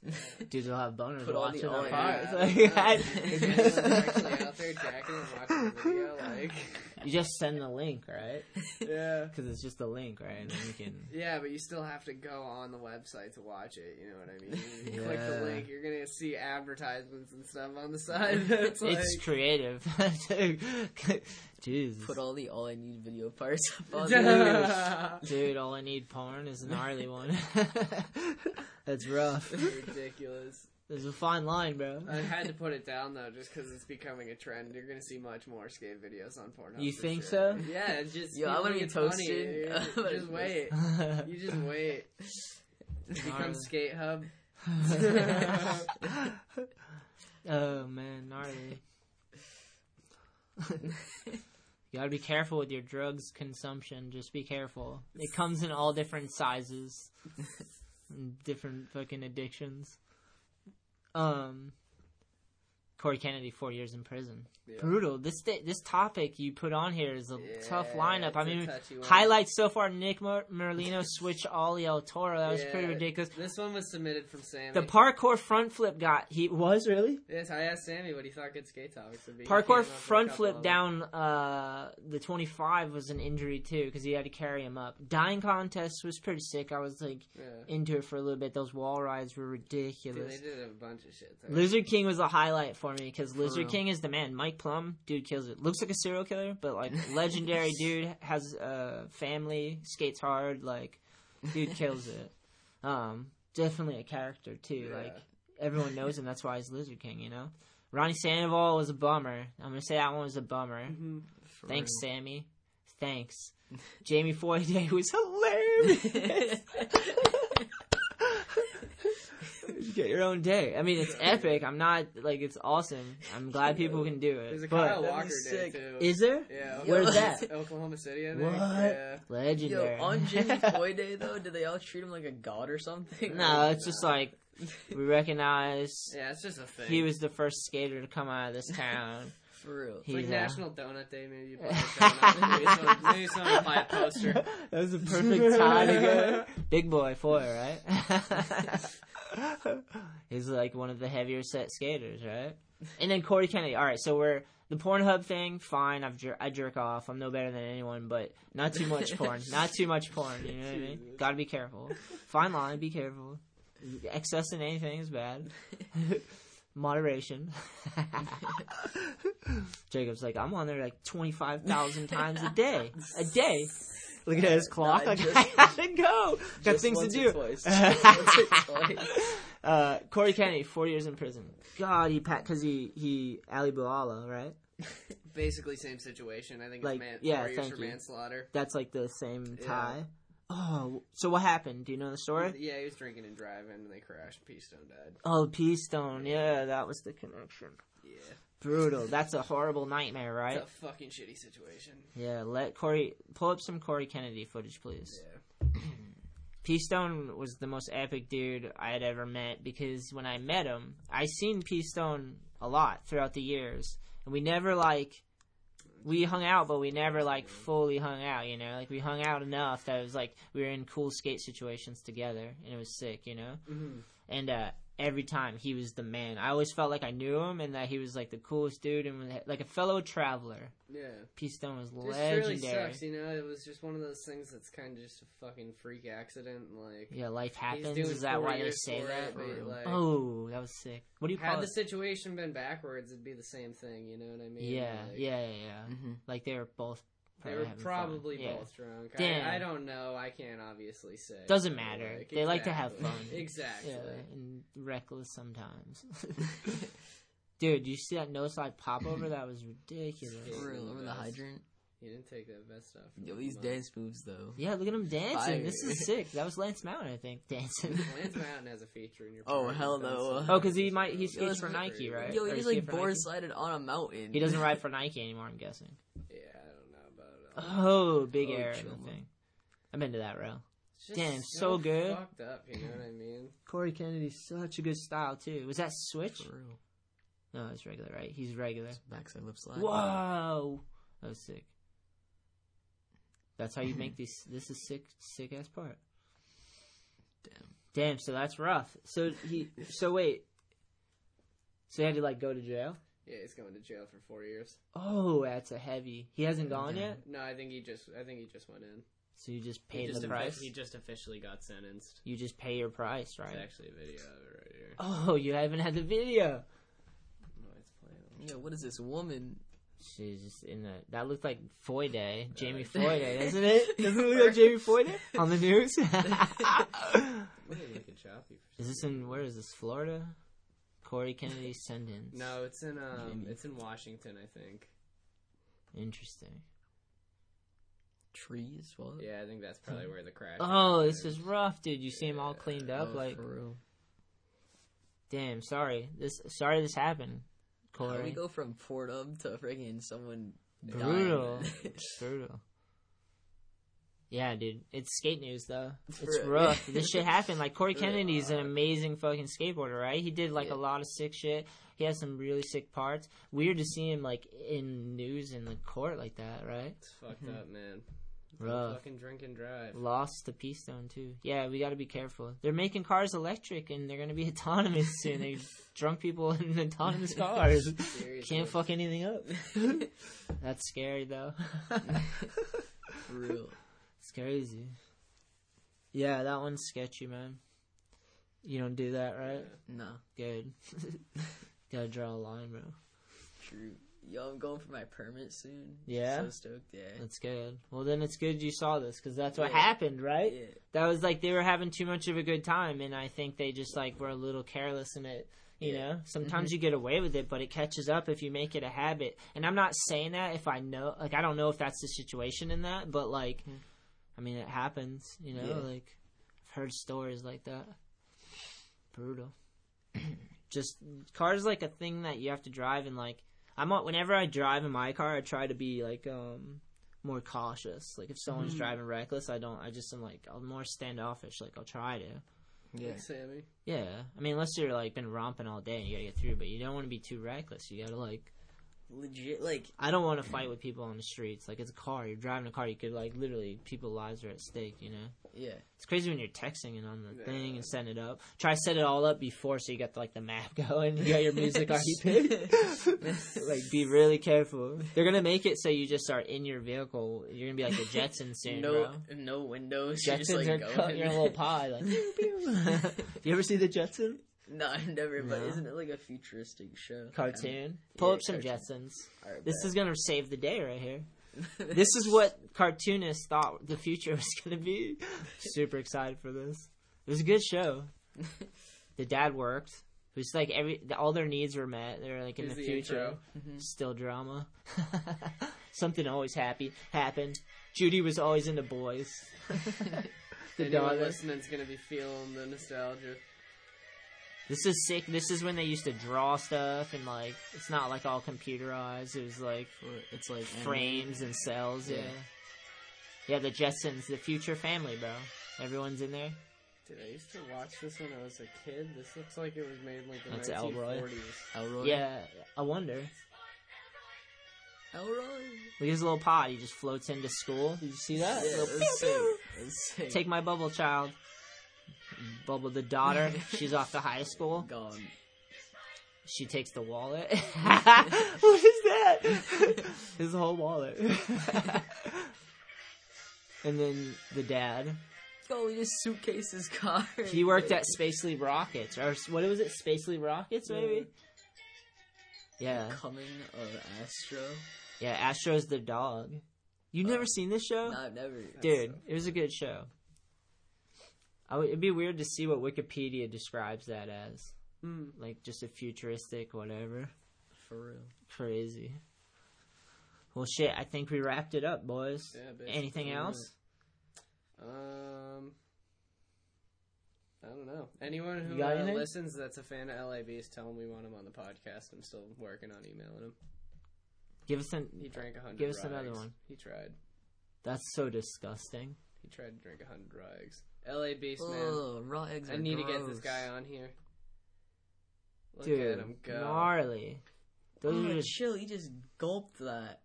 Dudes will have boners
Put all the
watching our
all-in-one
pod.
If anyone's actually out there jacking and watching the video, like,
you just send the link, right?
yeah.
Because it's just a link, right? And then you can.
Yeah, but you still have to go on the website to watch it. You know what I mean? You click
Yeah.
the link, you're gonna see advertisements and stuff on the side. It's like
It's creative. Jeez.
all the all I need video parts up
on there. Dude, all I need porn is a gnarly one. That's rough.
Ridiculous.
There's a fine line, bro.
I had to put it down though, just because it's becoming a trend. You're gonna see much more skate videos on Pornhub.
You
for
think
sure.
so?
Yeah, it's just
Yo, I
people
wanna
think
be
it's funny,
toasted.
dude.
I wanna be
just wait. You just wait. It becomes skate hub.
oh man, gnarly. you gotta be careful with your drugs consumption. Just be careful. It comes in all different sizes, and different fucking addictions. Um, Corey Kennedy, four years in prison.
Yeah.
Brutal. This th- this topic you put on here is a tough
Yeah,
lineup.
it's
I
a
mean,
touchy one.
highlights so far: Nick Mer- Merlino, Switch, Ollie, El Toro. That was pretty
Yeah.
ridiculous.
This one was submitted from Sammy.
The parkour front flip got he was really
yes, I asked Sammy what he thought good skate topics would be. He came
parkour
up with a
front
couple
flip
of them.
down uh the 25 was an injury too because he had to carry him up. Dying contest was pretty sick. I was like
Yeah.
into it for a little bit. Those wall rides were
Dude, they
ridiculous.
did a bunch of shit. There.
Lizard King was the highlight for me because Lizard
real.
King is the man. Mike Plum, dude kills it. Looks like a serial killer, but like legendary dude has a family, skates hard, like dude kills it. Um, definitely a character too.
Yeah.
Like everyone knows him, that's why he's Lizard King. You know, Ronnie Sandoval was a bummer. I'm gonna say that one was a bummer. Thanks, Sammy. Thanks. Jamie Foy Day was hilarious. You Get your own day. I mean, it's epic. I'm not like it's awesome. I'm glad people can do it.
There's a
but
Kyle Walker day too.
is there?
yeah,
Where's
Oklahoma-
that?
Oklahoma City, I think.
What?
Yeah.
Legendary.
Yo, on Jimmy Boy Day though, did they all treat him like a god or something?
no, it's just like we recognize
yeah, it's just a thing.
he was the first skater to come out of this town.
For real.
It's like
Yeah.
National Donut Day, maybe you put a donut. maybe someone, maybe someone buy a poster.
That was a perfect time to go. Big boy four, right? He's like one of the heavier set skaters, right? And then Corey Kennedy. All right, so we're the Pornhub thing. Fine, I've jer- I jerk off. I'm no better than anyone, but not too much porn. Not too much porn. You know what I mean? Got to be careful. Fine line. Be careful. Excess in anything is bad. Moderation. Jacob's like, I'm on there like 25,000 times a day. A day. Look at his clock. Like,
Not just-
I gotta go. Got
Just
things to
once or
do.
twice. Just once or twice.
Uh, Corey Kennedy, four years in prison. God, he pat because he he Ali Buala, right?
Basically, same situation. I think
Like,
it's man-
yeah,
four years
thank
for
you.
manslaughter.
That's like the same
Yeah.
tie. Oh, so what happened? Do you know the story?
Yeah, he was drinking and driving, and they crashed. Peastone died.
Oh, P Stone. Yeah, that was the connection.
Yeah,
Brutal. That's a horrible nightmare, right?
it's a fucking shitty situation.
Yeah, let Corey pull up some Corey Kennedy footage, please. P Stone was the most epic dude I had ever met because when I met him, I seen P Stone a lot throughout the years, and we never like we hung out, but we never like fully hung out. You know, like we hung out enough that it was like we were in cool skate situations together, and it was sick. You know,
Mhm.
and uh, every time he was the man. I always felt like I knew him and that he was like the coolest dude and like a fellow traveler.
Yeah.
P Stone was
This
legendary.
really sucks, you know. It was just one of those things that's kind of just a fucking freak accident. Like,
Yeah, life happens.
doing
Is that
four
why they
years
say
for
that?
it, but, like-
oh, that was sick. What do you
had
call
the
it?
situation been backwards, it'd be the same thing. You know what I mean?
yeah,
Like, Hmm.
yeah, yeah, yeah.
Mm-hmm.
Like they were both.
They
probably
were
having fun.
probably
Yeah.
both drunk.
Damn.
I, I don't know. I can't obviously say.
Doesn't matter.
Like,
they like to have fun.
exactly. exactly.
Yeah, and reckless sometimes. Dude, you see that no slide pop over? That was ridiculous.
For real, over the hydrant.
You didn't take that vest off.
Yo, these dance moves though.
Yeah, look at him dancing. This
Fire.
is sick. That was Lance Mountain, I think, dancing.
Lance Mountain has a feature in your.
Oh
program.
hell no!
Oh, because he might he
Yo,
skates
that's
for
weird.
Nike, right?
Yo,
Or
he
he
was like
skate for
board
Nike?
slided on a mountain.
He doesn't ride for Nike anymore. I'm guessing.
Yeah, I don't know about it.
Oh, big
Oh,
air and
chumma.
the thing. I've been to that row.
It's just
Damn, so good.
Fucked up. You know what I mean?
Corey Kennedy's such a good style too. Was that switch?
For real.
No, it's regular, right? He's regular.
Backside lip slide.
Whoa, that was sick. That's how you make these. This is sick, sick ass part. Damn. Damn. So that's rough. So he. So wait. So he had to like go to jail.
Yeah, he's going to jail for four years.
Oh, that's a heavy. He hasn't gone yet.
No, I think he just. I think he just went in.
So you just
he
paid
just
the
offi-
price.
He just officially got sentenced.
You just pay your price,
It's
right?
actually a video of it right here.
Oh, you haven't had the video.
No, it's playing.
Yo, what is this woman?
She's just in the. That looked like Foyday, Jamie
I think-
Foyday, doesn't it? Doesn't it look like Jamie Foyday on the news?
Maybe make it choppy. For
is this in where is this Florida? Corey Kennedy's sentence.
No, it's in um, it's in Washington, I think.
Interesting.
Trees? What?
Yeah, I think that's probably where the crash.
Oh, this is rough, dude. You see him all cleaned
Oh,
up, like
for real.
damn. Sorry, this. Sorry, this happened.
How do we
Corey,
go from Portum to friggin' someone
brutal,
dying?
brutal. Yeah, dude. It's skate news though. It's
Bruh.
rough. this shit happened. Like Corey
Bruh.
Kennedy's an amazing fucking skateboarder, right? He did like
Yeah.
a lot of sick shit. He has some really sick parts. Weird to see him like in news in the court like that, right?
It's fucked
Mhm.
up, man.
Rough.
Fucking drink and drive.
Lost to Peastone too. Yeah, we got to be careful. They're making cars electric and they're gonna be autonomous soon. they drunk people in autonomous cars.
Seriously.
Can't fuck anything up. That's scary though.
For real.
It's crazy. Yeah, that one's sketchy, man. You don't do that, right?
No,
Good. Gotta draw a line, bro.
true. Yo, I'm going for my permit soon.
Yeah?
So stoked. Yeah.
That's good. Well, then it's good you saw this because that's what
Yeah.
happened, right?
Yeah.
That was like they were having too much of a good time, and I think they just like were a little careless in it. You
Yeah. Mm-hmm.
know, sometimes you get away with it, but it catches up if you make it a habit. And I'm not saying that if I know, like, I don't know if that's the situation in that, but like, I mean, it happens. You know,
Mm-hmm. Yeah.
like I've heard stories like that. Brutal. just cars like a thing that you have to drive and like I'm on, whenever I drive in my car I try to be like um more cautious. Like if someone's driving reckless, I don't I just am like I'm more standoffish, like I'll try to.
Yeah.
Like Sammy.
Yeah. I mean unless you're like been romping all day and you gotta get through, but you don't wanna be too reckless. You gotta like
Legit, like
I don't want to fight with people on the streets. Like it's a car. You're driving a car. You could like literally people's lives are at stake. You know.
Yeah.
It's crazy when you're texting and on the thing and setting it up. Try to set it all up before so you got the, like the map going. You got your music already picked. like be really careful. They're gonna make it so you just are in your vehicle. You're gonna be like the Jetsons soon,
no
bro.
no windows. You're just
Jetsons
like
are
going.
cutting your little pod. Like, pew, pew. you ever see the Jetsons
no, I've never. But
No.
isn't it like a futuristic show?
cartoon?
Kinda.
Pull
Yeah,
up some
cartoon.
Jetsons.
Alright,
this
bet.
is gonna save the day right here. this is what cartoonists thought the future was going to be. Super excited for this. It was a good show. The dad worked. It was like every all their needs were met. They were like in
Here's
the, Mm-hmm.
the
future.
intro. Mhm.
Still drama. Something always happy happened. Judy was always into boys. the
Anyone
daughter.
listening's gonna be feeling the nostalgia.
This is sick. This is when they used to draw stuff and like it's not like all computerized. It was like it's like frames and cells. Yeah.
Yeah.
yeah. the Jetsons, the future family, bro. Everyone's in there.
Dude, I used to watch this when I was a kid. This looks like it was made in like the
That's
1940s.
Elroy. Yeah, I wonder. Look at his little pod. He just floats into school. Did you see that?
Yeah,
Little pew,
that's
pew.
sick. That's sick.
Take my bubble, child. Bubble, the daughter. She's off to high school.
Gone.
She takes the wallet. what is that? His whole wallet. and then the dad.
Oh, he just suitcased his car.
He worked at Spacely Rockets, or s- what was it? Spacely Rockets, maybe. Yeah,
Coming of Astro.
yeah. Astro's the dog. You've never seen this show,
No, I've never.
dude? It was a good show. I would, it'd be weird to see what Wikipedia describes that as,
Hmm.
like just a futuristic whatever.
For real.
Crazy. Well, shit. I think we wrapped it up, boys.
Yeah, basically,
Anything
yeah.
else?
Um, I don't know. Anyone
You
who
got
uh,
anything?
listens that's a fan of LABs, tell him we want him on the podcast. I'm still working on emailing him.
Give us an.
He drank a hundred.
Give us another
Ryegs.
one.
He tried.
That's so disgusting.
He tried to drink a hundred raw eggs. LA Beast
Oh, raw eggs.
man, I
are
need to get
gross.
this guy on here. Look
Dude,
at him go.
gnarly. Those
Oh,
are just
chill. He just gulped that.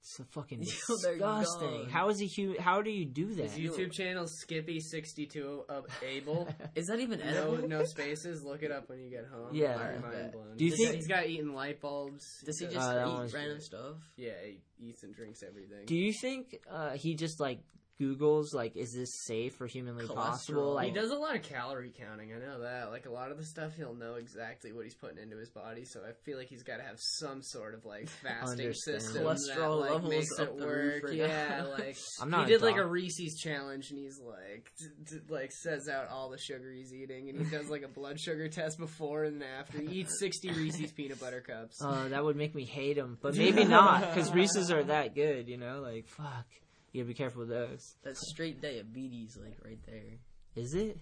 so fucking
Yo, they're
disgusting.
gone.
How is a human? How do you do that?
His YouTube channel Skippy sixty two of Able.
Is that even
no,
edible?
no spaces. Look it up when you get home. You're
Yeah. Alright,
mind
bet.
blown.
Do you
He's
think-
got- he's got eating light bulbs?
Does he
Uh,
just
Oh, that
eat
one's
random
good.
stuff?
Yeah, he eats and drinks everything.
Do you think uh, he just like Google's like, is this safe or humanly possible?
Cholesterol.
Like,
he does a lot of calorie counting. I know that. Like a lot of the stuff, he'll know exactly what he's putting into his body. So I feel like he's got to have some sort of like fasting
Understand.
system that
Cholesterol
like
levels
makes
up
it
the
work.
roof right
yeah,
now.
like
I'm not
he
a
did like a
doc-
Reese's challenge, and he's like t- t- like says out all the sugar he's eating, and he does like a blood sugar test before and after. He eats sixty Reese's peanut butter cups.
uh, that would make me hate him, but maybe not because Reese's are that good. You know, like fuck, you gotta be careful with those.
That's straight diabetes, like right there.
Is it?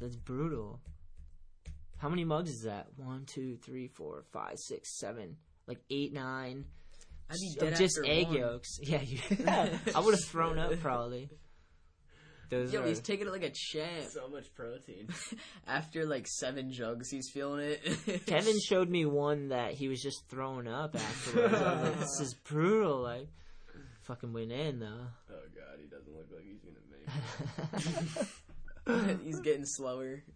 That's brutal. How many mugs is that? One, two, three, four, five, six, seven, like eight, nine.
I'd be
of
dead
just
after
egg
one.
yolks. Yeah, you, I would have thrown up probably. Those
Yo,
are,
he's taking it like a champ.
so much protein.
After like seven jugs, he's feeling it.
Kevin showed me one that he was just thrown up afterwards. I was like, this is brutal. Like, fucking went in though.
Oh god, he doesn't look like he's gonna make.
he's getting slower.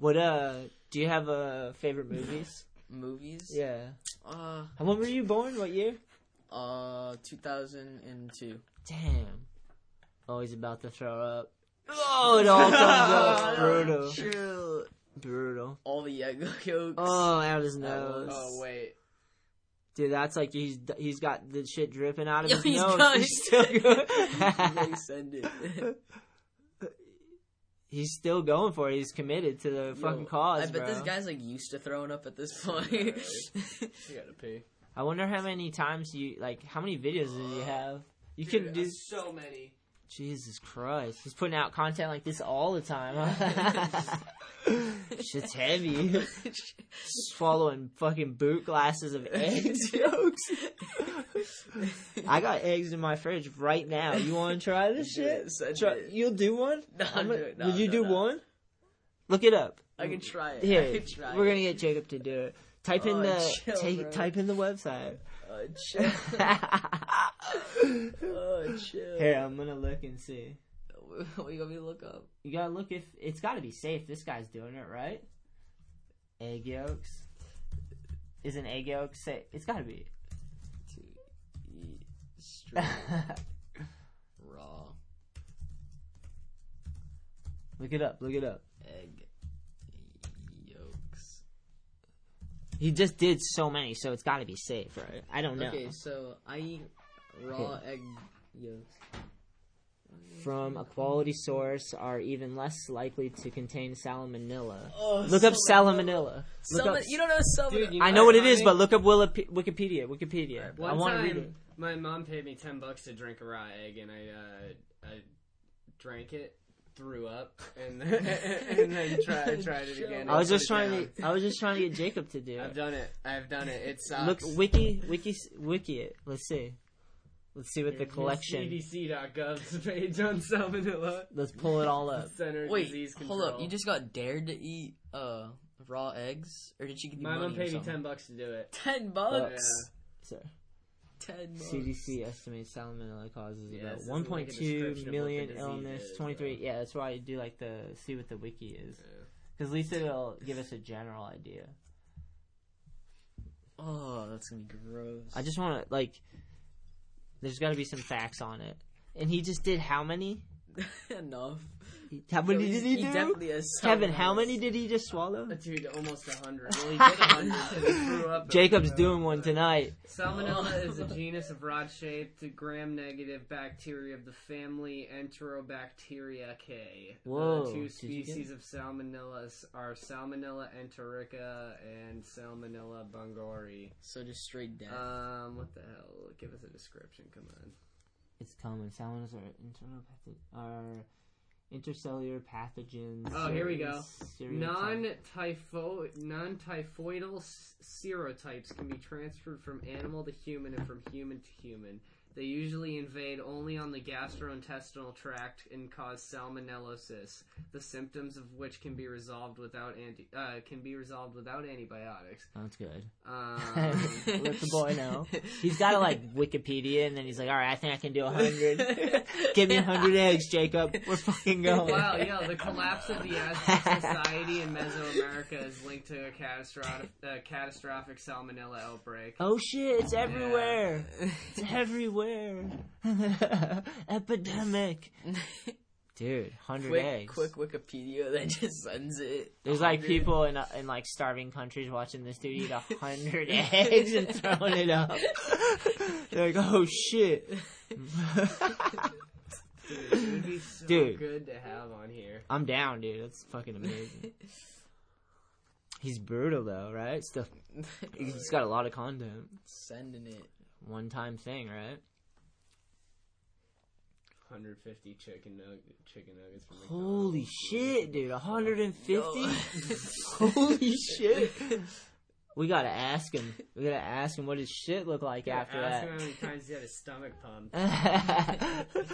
What uh? Do you have uh favorite movies?
Movies.
yeah.
Uh,
And When were you born? What year?
uh, 2002.
Damn. Always about to throw up. Oh, it all comes up. Brutal.
Chill.
Brutal.
All the egg yolks.
Oh, out his nose.
Oh wait,
Dude, that's like he's he's got the shit dripping out of his
he's
nose.
got
He's
it.
still
He's
going.
like, send it.
he's still going for it. He's committed to the fucking
Yo,
cause,
I bet
bro.
this guy's like used to throwing up at this point.
you gotta pee.
I wonder how many times you like how many videos did you have? You could do
so many.
Jesus Christ. He's putting out content like this all the time. huh? Shit's heavy. Swallowing fucking boot glasses of eggs.
Jokes.
I got eggs in my fridge right now. You want to try this
Do it,
shit?
send
Try-
it.
you'll do one?
No,
I'm
do
gonna-
it. No,
Would you
no,
do
no.
one? Look it up.
I can try it. I
Here,
can try
we're
it.
gonna get Jacob to do it. Type in
Oh,
the
chill,
take-
bro.
type in the website.
Oh,
Uh,
chill. oh, chill.
Here, I'm gonna look and see.
what you gonna be look up?
You gotta look if it's gotta be safe. This guy's doing it right. Egg yolks. Is an egg yolk safe? It's gotta be.
To eat straight raw
Look it up. Look it up.
egg yolks.
He just did so many, so it's gotta be safe, right? I don't know.
Okay, so I eat raw egg yolks.
From a quality source are even less likely to contain salmonella.
Oh,
look up salmonella. Look
Salmon-
up,
you don't know salmonella.
Dude, you
I know what it is, but look up Wiki- Wikipedia. Wikipedia. I
One
want to
time,
read it.
my mom paid me ten bucks to drink a raw egg, and I uh, I drank it, threw up, and then, and then tried tried it again.
I was
and
just
put it
trying to.
down.
I was just trying to get Jacob to do
I've
it.
done it. I've done it. It sucks.
Look, wiki, wiki, wiki it. Let's see. Let's see what the collection.
CDC.gov's page on salmonella.
Let's pull it all up.
Center
Wait,
disease control.
hold up. You just got dared to eat uh raw eggs, or did you get
my
money
mom paid
or
me
something?
ten bucks to do it.
Ten
Yeah.
bucks.
Sorry.
Ten bucks.
CDC estimates salmonella causes
Yeah,
about
this is like a
1.2
description of what the
million
disease
illness.
is,
23.
bro.
Yeah, that's why you do like the see what the wiki is,
Yeah.
because at least it'll give us a general idea.
Oh, that's gonna be gross.
I just want to like. There's got to be some facts on it. And he just did how many?
enough.
How many
he-
did he,
he
do?
definitely has
Kevin,
something
how
else.
many did he just swallow?
Dude, almost a hundred. Well, he did a hundred. 'cause he threw up.
Jacob's
Uh,
doing one tonight.
Salmonella is a genus of rod-shaped gram-negative bacteria of the family Enterobacteriaceae.
Whoa,
The two
did you get
species of Salmonella s- are Salmonella enterica and Salmonella bungori.
So just straight down.
Um, what the hell? Give us a description. Come on.
It's common. Salmonellas are internal patho- are intercellular pathogens.
Oh, here we go.
Serious-
Non-typho- non-typhoidal s- serotypes can be transferred from animal to human and from human to human. They usually invade only on the gastrointestinal tract and cause salmonellosis, the symptoms of which can be resolved without anti- uh, can be resolved without antibiotics.
That's good.
Um,
Let the boy know. He's got to like Wikipedia, and then he's like, "All right, I think I can do a hundred. Give me a hundred eggs, Jacob. We're fucking going."
wow, yeah, the collapse of the Aztec society in Mesoamerica is linked to a catastrophic, uh, catastrophic salmonella outbreak.
Oh shit! It's everywhere. It's everywhere. Epidemic. Dude, hundred
quick,
eggs.
quick Wikipedia that just sends it.
There's like
100.
people in uh, in like starving countries watching this dude eat a hundred eggs and throwing it up. They're like, oh shit.
Dude, it would be so
Dude.
good to have on here.
I'm down, dude. That's fucking amazing. He's brutal though, right? Still, he's got a lot of content.
sending it.
One time thing, right?
150 chicken nug- chicken nuggets. From
Holy
McDonald's.
shit, dude. 150?
Yo.
Holy shit. We gotta ask him. We gotta ask him what his shit look like
Yeah,
after
ask
that.
him how many times he had his stomach pumped.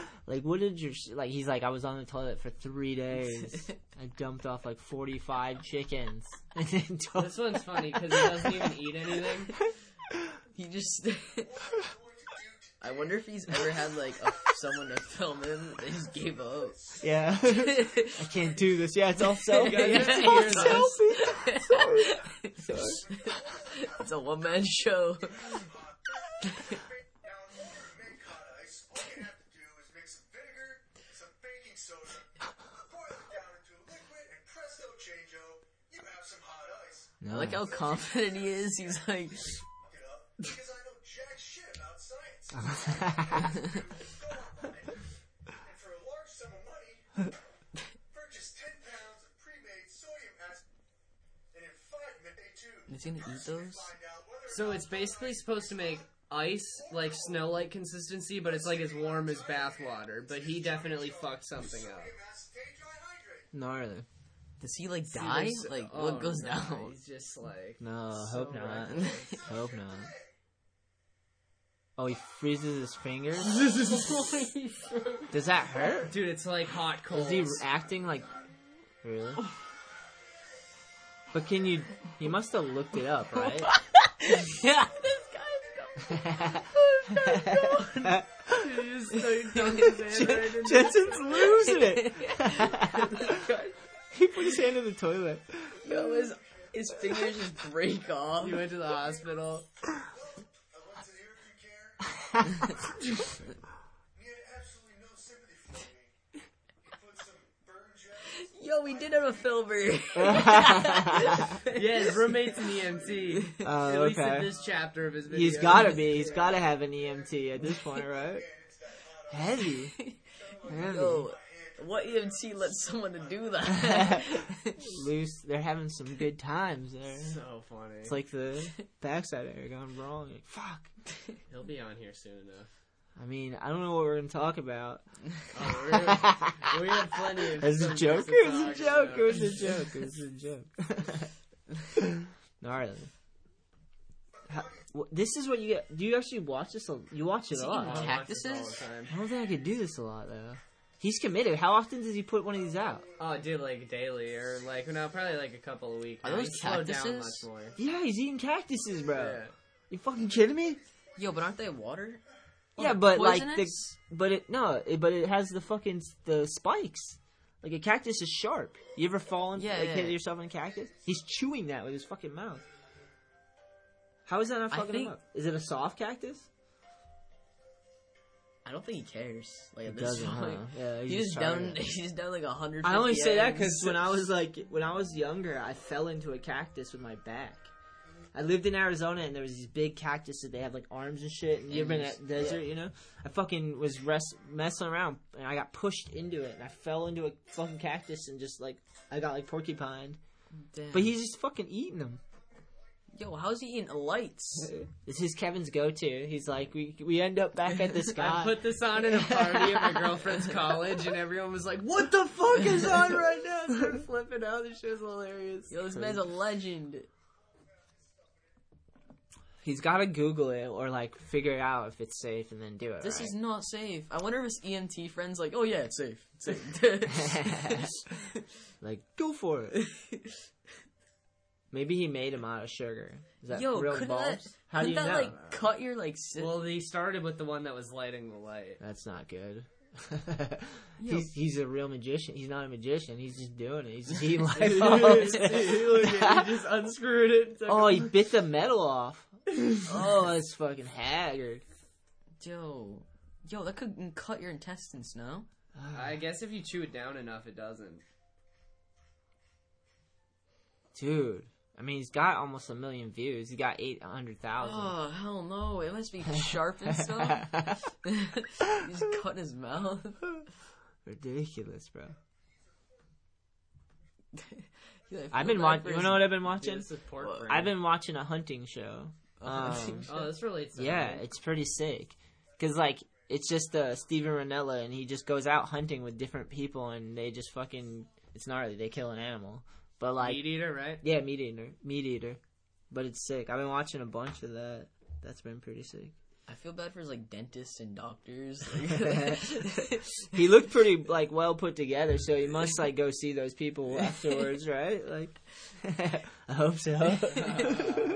like what did your sh- like he's like i was on the toilet for three days i dumped off like 45 chickens and then
this one's funny because he doesn't even eat anything.
He just. I wonder if he's ever had like a, someone to film him. They just gave up.
yeah i can't do this yeah it's all selfie
Yeah, you
it's
gotta
all
hear this.
selfie
it's a one man show. I like how confident he is. He's like, he's gonna eat those.
So it's basically supposed to make ice like snow like consistency, but it's like as warm as bathwater. But he definitely fucked something up.
gnarly
Does he like die?
There's-
Like
oh,
what goes
no,
down?
He's just like
no
so
hope not
reckless.
hope not oh he freezes his fingers
This is
does that hurt
dude. It's like hot cold.
is he acting like really But can you? You must have looked it up, right?
yeah. This guy's going. This guy's going.
Jensen's losing it. he put his hand in the toilet.
Yo, his, his fingers just break off.
He went to the hospital.
Yo, we did have a filbert.
Yeah, his roommate's an EMT.
Oh,
At least
okay.
in this chapter of his video.
He's gotta be. He's gotta have an EMT at this point, right? Heavy.
Yo, what E EMT lets someone to do that?
Loose. They're having some good times there.
So funny.
It's like the backside area gone wrong. Like, fuck.
He'll be on here soon enough.
I mean, I don't know what we're gonna talk about.
Oh, we're gonna- we have plenty of.
As a
subjects to
joke, it was a
talk
joke.
about.
It was a joke. It was a joke. Gnarly. How, wh- this is what you get. Do you actually watch this? A, you watch it
Is
a
he
lot.
eating
huh?
All
cactuses?
the time.
I don't think I could do this a lot though. He's committed. How often does he put one of these out?
Oh, dude, like daily or like no, probably like a couple a week.
Are
now.
those
He's slowed down much
cactuses?
more.
Yeah, he's eating cactuses, bro.
Yeah.
You fucking kidding me?
Yo, but aren't they water?
yeah, but like the,
poisonous?
but it no, it, but it has the fucking s- the spikes. Like a cactus is sharp. You ever fall and
Yeah,
like, hit
yeah.
yourself on a cactus? He's chewing that with his fucking mouth. How is that not
I
fucking
think-
him up? Is it a soft cactus?
I don't think he cares. Like at this
doesn't,
point,
huh? Yeah, he's
he's
just
just down.
tired.
He's down like a hundred.
I only say that because when I was like when I was younger, I fell into a cactus with my back. I lived in Arizona and there was these big cactuses. They have like arms and shit. And you ever been
And
in that desert, you know? I fucking was rest- messing around and I got pushed into it and I fell into a fucking cactus and just like I got like porcupine. But he's just fucking eating them.
yo, how's he eating lights?
This is Kevin's go-to. He's like, we we end up back at this guy.
I put this on at a party at my girlfriend's college, and everyone was like, "What the fuck is on right now?" They're flipping out. This shit's hilarious.
Yo, this man's a legend.
he's got to Google it or like figure out if it's safe and then do it.
This
right?
is not safe. I wonder if his EMT friends like, oh yeah, it's safe. It's safe.
Like, go for it. Maybe he made him out of sugar. Is that
yo,
real
couldn't
bulbs?
that,
How do
couldn't
you
that
know?
like cut your like? Si-
Well, they started with the one that was lighting the light.
That's not good. he's he's a real magician. He's not a magician. He's just doing it. He's just eating light bulbs.
he just unscrewed it.
oh, he bit the metal off. Oh, that's fucking haggard.
yo, yo, that could cut your intestines. No,
I guess if you chew it down enough, it doesn't.
Dude, I mean, he's got almost a million views. He got eight hundred thousand.
oh hell no, it must be sharp and stuff. He's cutting his mouth.
Ridiculous, bro.
He, like,
I've
feel
been
bad
watching.
for
You
his-
know what I've been
Dude,
watching?
this is pork
Well,
brain.
I've been watching a hunting show. Um,
Oh, this relates. To
Yeah,
that.
it's pretty sick. Cause like it's just uh, Steven Ranella, and he just goes out hunting with different people, and they just fucking it's gnarly. They kill an animal, but like
meat eater, right?
yeah, meat eater, meat eater. But it's sick. I've been watching a bunch of that. That's been pretty sick.
I feel bad for his like dentists and doctors.
He looked pretty like well put together, so he must like go see those people afterwards, right? Like, I hope so.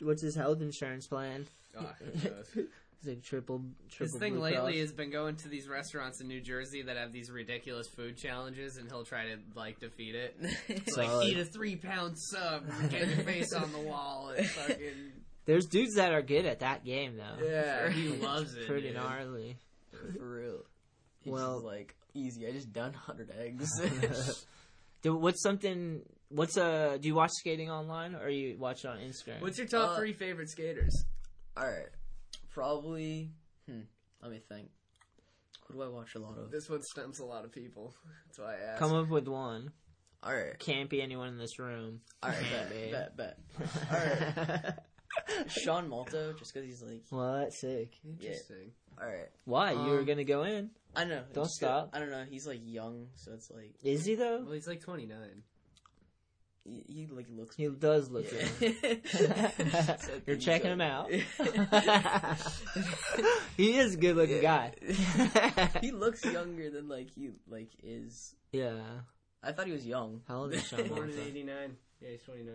What's his health insurance plan?
Oh, who knows?
It's like triple triple.
His thing
Blue
lately
Cross.
has been going to these restaurants in New Jersey that have these ridiculous food challenges, and he'll try to like defeat it. It's like
Solid.
eat a three pound sub, get your face on the wall, and fucking
There's dudes that are good at that game though.
yeah, he loves it.
Pretty
dude.
gnarly.
for real. He's
Well-
just like easy. I just done hundred eggs.
Do, what's something? What's uh? Do you watch skating online or you watch it on Instagram?
What's your top
Uh,
three favorite skaters?
All right, probably. Hmm. Let me think. Who do I watch a lot of?
This one stumps a lot of people. That's why I asked.
Come up with one.
All right,
Can't be anyone in this room.
all right,
Maybe.
bet, bet, bet. All right, Sean Malto, just because he's like,
well, that's sick.
yeah.
Interesting.
All right,
Why you were
Um,
gonna go in?
I don't know.
Don't
Just 'cause-
stop.
I don't know. He's like young, so it's like
Is he though?
Well, he's like 29.
he, he like looks.
He does look.
Yeah.
young.
So
You're
he's,
checking him
like-
out. he is a good-looking guy.
he looks younger than like he like is.
yeah.
I thought he was young.
How old is Sean
Born
Malta?
in 89.
Yeah, he's 29.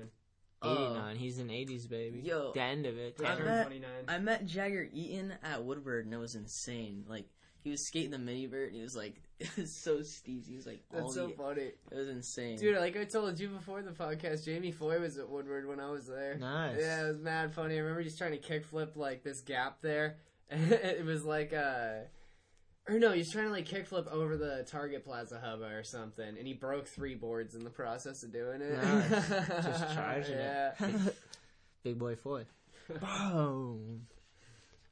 Um,
89. He's an 80s baby.
Yo,
the end of it.
I
Damn.
met, I met Jagger Eaton at Woodward, and it was insane. Like he was skating the mini vert, and he was like, it was so steep. He was like,
That's
all
so
the-
funny.
It was insane,
Dude, like I told you before the podcast, Jamie Foy was at Woodward when I was there.
Nice.
Yeah, it was mad funny. I remember just trying to kickflip like this gap there. it was like uh or no, he was trying to like kickflip over the Target Plaza hubba or something, and he broke three boards in the process of doing it.
Nice. Just charging
yeah.
it. Big boy Foy. Boom.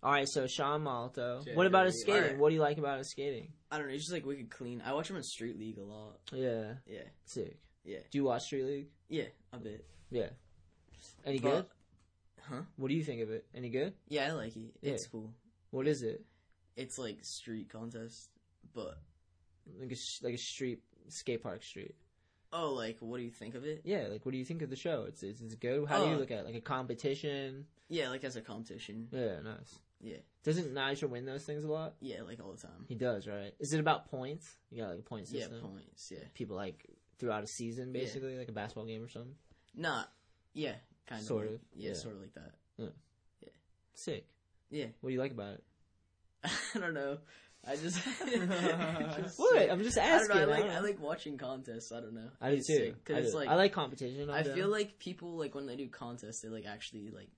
All right, so Sean Malto. what about his
All right.
skating? What do you like about his skating?
I don't know. He's just like wicked clean. I watch him in Street League a lot.
Yeah.
Yeah.
Sick.
Yeah.
Do you watch Street League?
Yeah, a bit.
Yeah. Any
But-
good? Huh? What do you think of it? Any good?
Yeah, I like it. It's
Yeah.
cool.
What is it?
It's like street contest, but
Like a s- like a street skate park street.
oh, like what do you think of it?
Yeah. Like, what do you think of the show? It's it's, it's good. How do you
Oh.
look at it? like a competition?
Yeah, like as a competition.
Yeah. Nice.
Yeah.
Doesn't Niger win those things a lot?
Yeah, like all the time.
He does, right? Is it about points? You got like a point
Yeah,
system.
points. Yeah.
People like throughout a season,
Yeah.
basically, like a basketball game or something.
Nah. Yeah, kind of.
Sort
like-
of,
Yeah,
yeah.
sort of like that.
Yeah. Sick.
Yeah.
What do you like about it?
I don't know. I just, just
What? I'm just asking,
I,
I
don't know, I
don't
like I
know.
like watching contests. I don't know.
I do
It's
too.
sick,
I
it's
do.
like
I like competition, I'm
I
down.
feel like people like when they do contests, they like actually like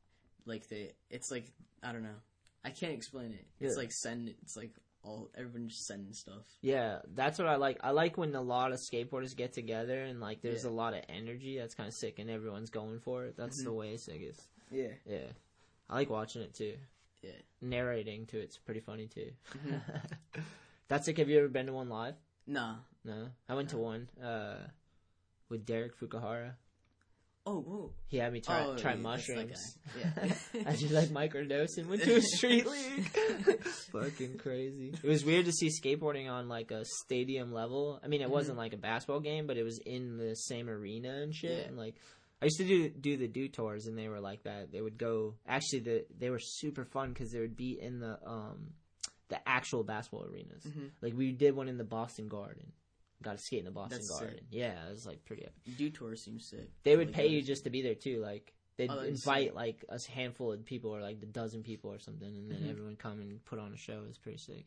like they. It's like I don't know. I can't explain it. It's
Yeah.
like send. It's like all everyone just sending stuff.
Yeah, that's what I like. I like when a lot of skateboarders get together and like there's
Yeah.
a lot of energy. That's kind of sick, and everyone's going for it. That's the
Mhm.
way it's, I guess.
Yeah.
Yeah, I like watching it too.
Yeah.
Narrating to it's pretty funny too.
Mhm.
that's like, have you ever been to one live?
Nah.
No, I went to one uh, with Derek Fukuhara.
Oh whoa.
He had me try
Oh,
try
yeah, that's that
mushrooms.
guy. Yeah.
I just like microdosing. Went to a street league. Fucking crazy. It was weird to see skateboarding on like a stadium level. I
Mm-hmm.
mean, it wasn't like a basketball game, but it was in the same arena and shit.
Yeah.
And like, I used to do do the do tours, and they were like that. They would go. Actually, the they were super fun because they would be in the um the actual basketball arenas.
Mhm.
Like we did one in the Boston Garden. Got to skate in the Boston
That's sick.
Garden. Yeah, it was like pretty epic.
Do tour seems sick.
They would
Like,
pay you just to be there too. Like they'd
Oh, that'd be
invite like a handful of people or like a dozen people or something, and then
Mhm.
everyone come and put on a show. It's pretty sick.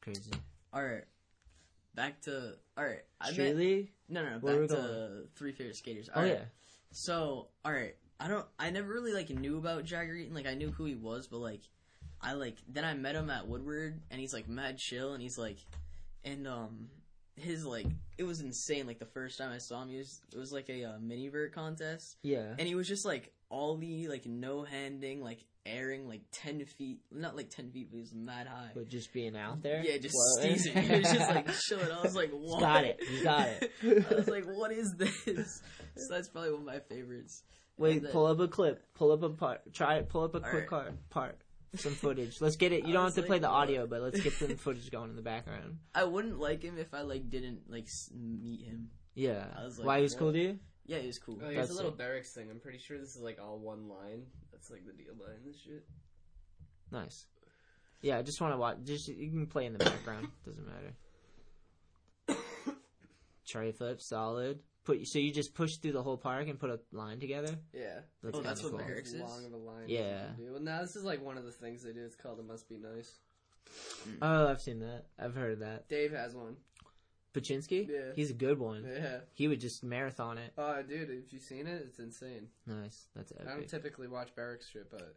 Crazy.
All right. Back to all right. I
Street
met-
League?
No, no. no
Where
back
we
to
going?
three favorite skaters.
Oh,
All right.
yeah.
So all right. I don't. I never really like knew about Jagger Eaton. Like I knew who he was, but like I like then I met him at Woodward, and he's like mad chill, and he's like, and um his like it was insane. Like the first time I saw him, he was it was like a uh, mini vert contest.
Yeah.
And he was just like all the like no handing, like airing like ten feet, not like ten feet, but he was mad high.
But just being out there.
Yeah, just
Whoa.
sneezing. He was just like chilling. I was like,
He's
what?
Got it. He's got it.
I was like, what is this? So that's probably one of my favorites.
Wait,
And then-
pull up a clip. Pull up a part. Try it. Pull up a
All
quick
right.
part. part. Some footage. Let's get it. You
I
don't
was
have to play
like,
the
what?
audio, but let's get some footage going in the background.
I wouldn't like him if I like didn't like s- meet him.
Yeah.
I was like,
Why he was
what?
cool to you?
Yeah, he was cool.
Oh, here's
That's
a little
it.
barracks thing. I'm pretty sure this is like all one line. That's like the deal behind this shit.
Nice. Yeah, I just want to watch. Just you can play in the background. Doesn't matter. Tray flip, solid. Put so you just push through the whole park and put a line together.
Yeah.
That's Oh, that's kinda what cool.
barracks is?
Long of a line as you
Yeah.
can do. Well, now this is like one of the things they do. It's called "It Must Be Nice." Mm.
Oh, I've seen that. I've heard of that.
Dave has one.
Pachinsky.
Yeah.
He's a good one.
Yeah.
He would just marathon it.
Oh, dude, have you seen it? It's insane.
Nice. That's epic.
I don't typically watch barracks shit, but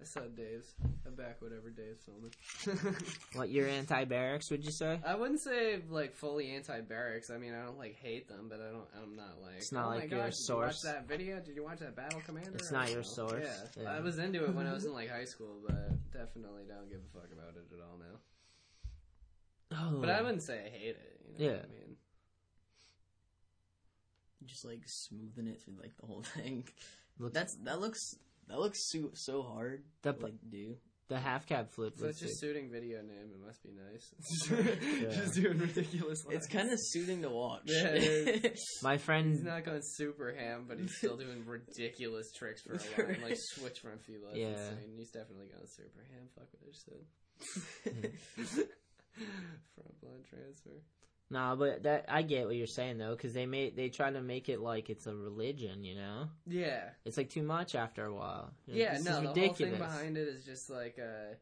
I saw Dave's. I back whatever Dave's filming.
what your anti barracks would you say?
I wouldn't say like fully anti barracks. I mean, I don't like hate them, but I don't. I'm not like.
It's not
oh my
like your
gosh,
source."
Did you watch that video? Did you watch that Battle Commander?
It's
I
not
don't
your
know.
source.
Yeah.
Yeah.
I was into it when I was in like high school, but definitely don't give a fuck about it at all now.
Oh.
But I wouldn't say I hate it. You know
Yeah.
What I mean,
Just like smoothing it through like the whole thing.
Looks-
that's that looks that looks so so hard.
That-
That like do.
The half cab flip.
so it's
was
just
sick.
suiting video name. It must be nice. Just doing ridiculous. Lines.
It's kind of soothing to watch.
Yeah, it
My
He's
friend
not going super ham, but he's still doing ridiculous tricks for a line, like switch front feet left.
Yeah.
Yeah, insane. he's definitely going super
Hmm.
ham. Fuck what I just said. front blind transfer.
Nah, but that I get what you're saying though, because they made they try to make it like it's a religion, you know?
Yeah.
It's like too much after a while. You're like,
Yeah,
this
no,
is
the
ridiculous.
whole thing behind it is just like uh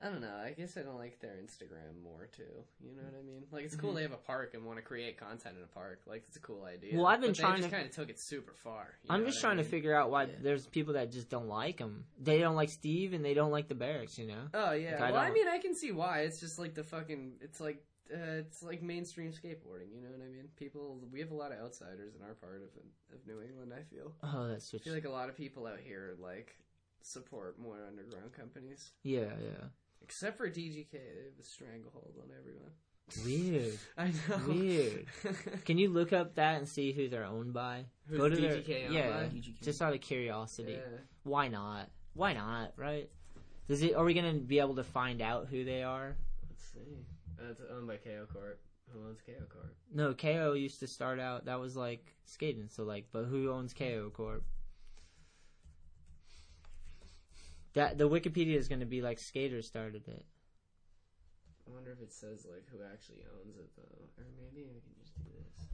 I don't know. I guess I don't like their Instagram more too. You know what I mean? Like it's cool
Mhm.
they have a park and want to create content in a park. Like it's a cool idea.
Well, I've been
But
trying
they just
to-
kind of took it super far. you
I'm
know
just
what I
trying to
mean?
figure out why there's people that just don't like him. They don't like Steve and they don't like the barracks, you know?
Oh yeah.
Like,
well, I
don't-
mean, I can see why. It's just like the fucking. It's like uh, it's like mainstream skateboarding. You know what I mean? People, we have a lot of outsiders in our part of of New England. I feel.
Oh, that's
I
just-
feel like a lot of people out here like support more underground companies.
Yeah, yeah.
Except for DGK, they have a stranglehold on everyone.
Weird.
I know.
Weird. Can you look up that and see who they're owned by?
Who's DGK owned
yeah,
by?
just out of curiosity.
Yeah.
Why not? Why not? Right? Does it? Are we gonna be able to find out who they are?
Let's see. That's owned by KO Corp. Who owns KO Corp?
No, KO used to start out. That was like skating. So like, but who owns KO Corp? That the Wikipedia is gonna be like skaters started it.
I wonder if it says like who actually owns it though, or maybe I can just do this.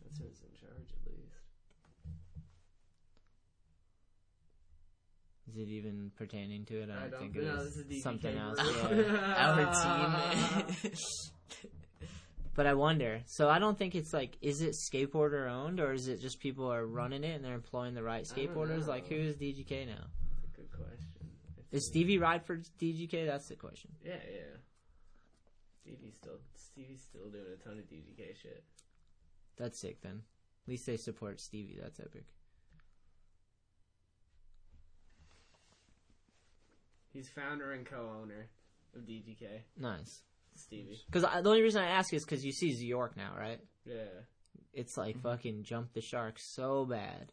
That's who's in charge at least.
Is it even pertaining to it? I don't,
I don't
think
know,
it
this
is.
is DPK
something else.
Brewery.
Yeah.
Our team.
but I wonder. So I don't think it's like, is it skateboarder owned or is it just people are running it and they're employing the
I
right
don't
skateboarders? Like,
know.
who is DGK now?
That's a good question.
Is Stevie Rideford DGK? That's the question.
Yeah, yeah. Stevie's still Stevie's still doing a ton of DGK shit.
That's sick then. At least they support Stevie. That's epic.
He's founder and co-owner of DGK.
Nice.
Stevie.
Because the only reason I ask is because you see Zork now, right?
Yeah.
It's like fucking jump the shark so bad.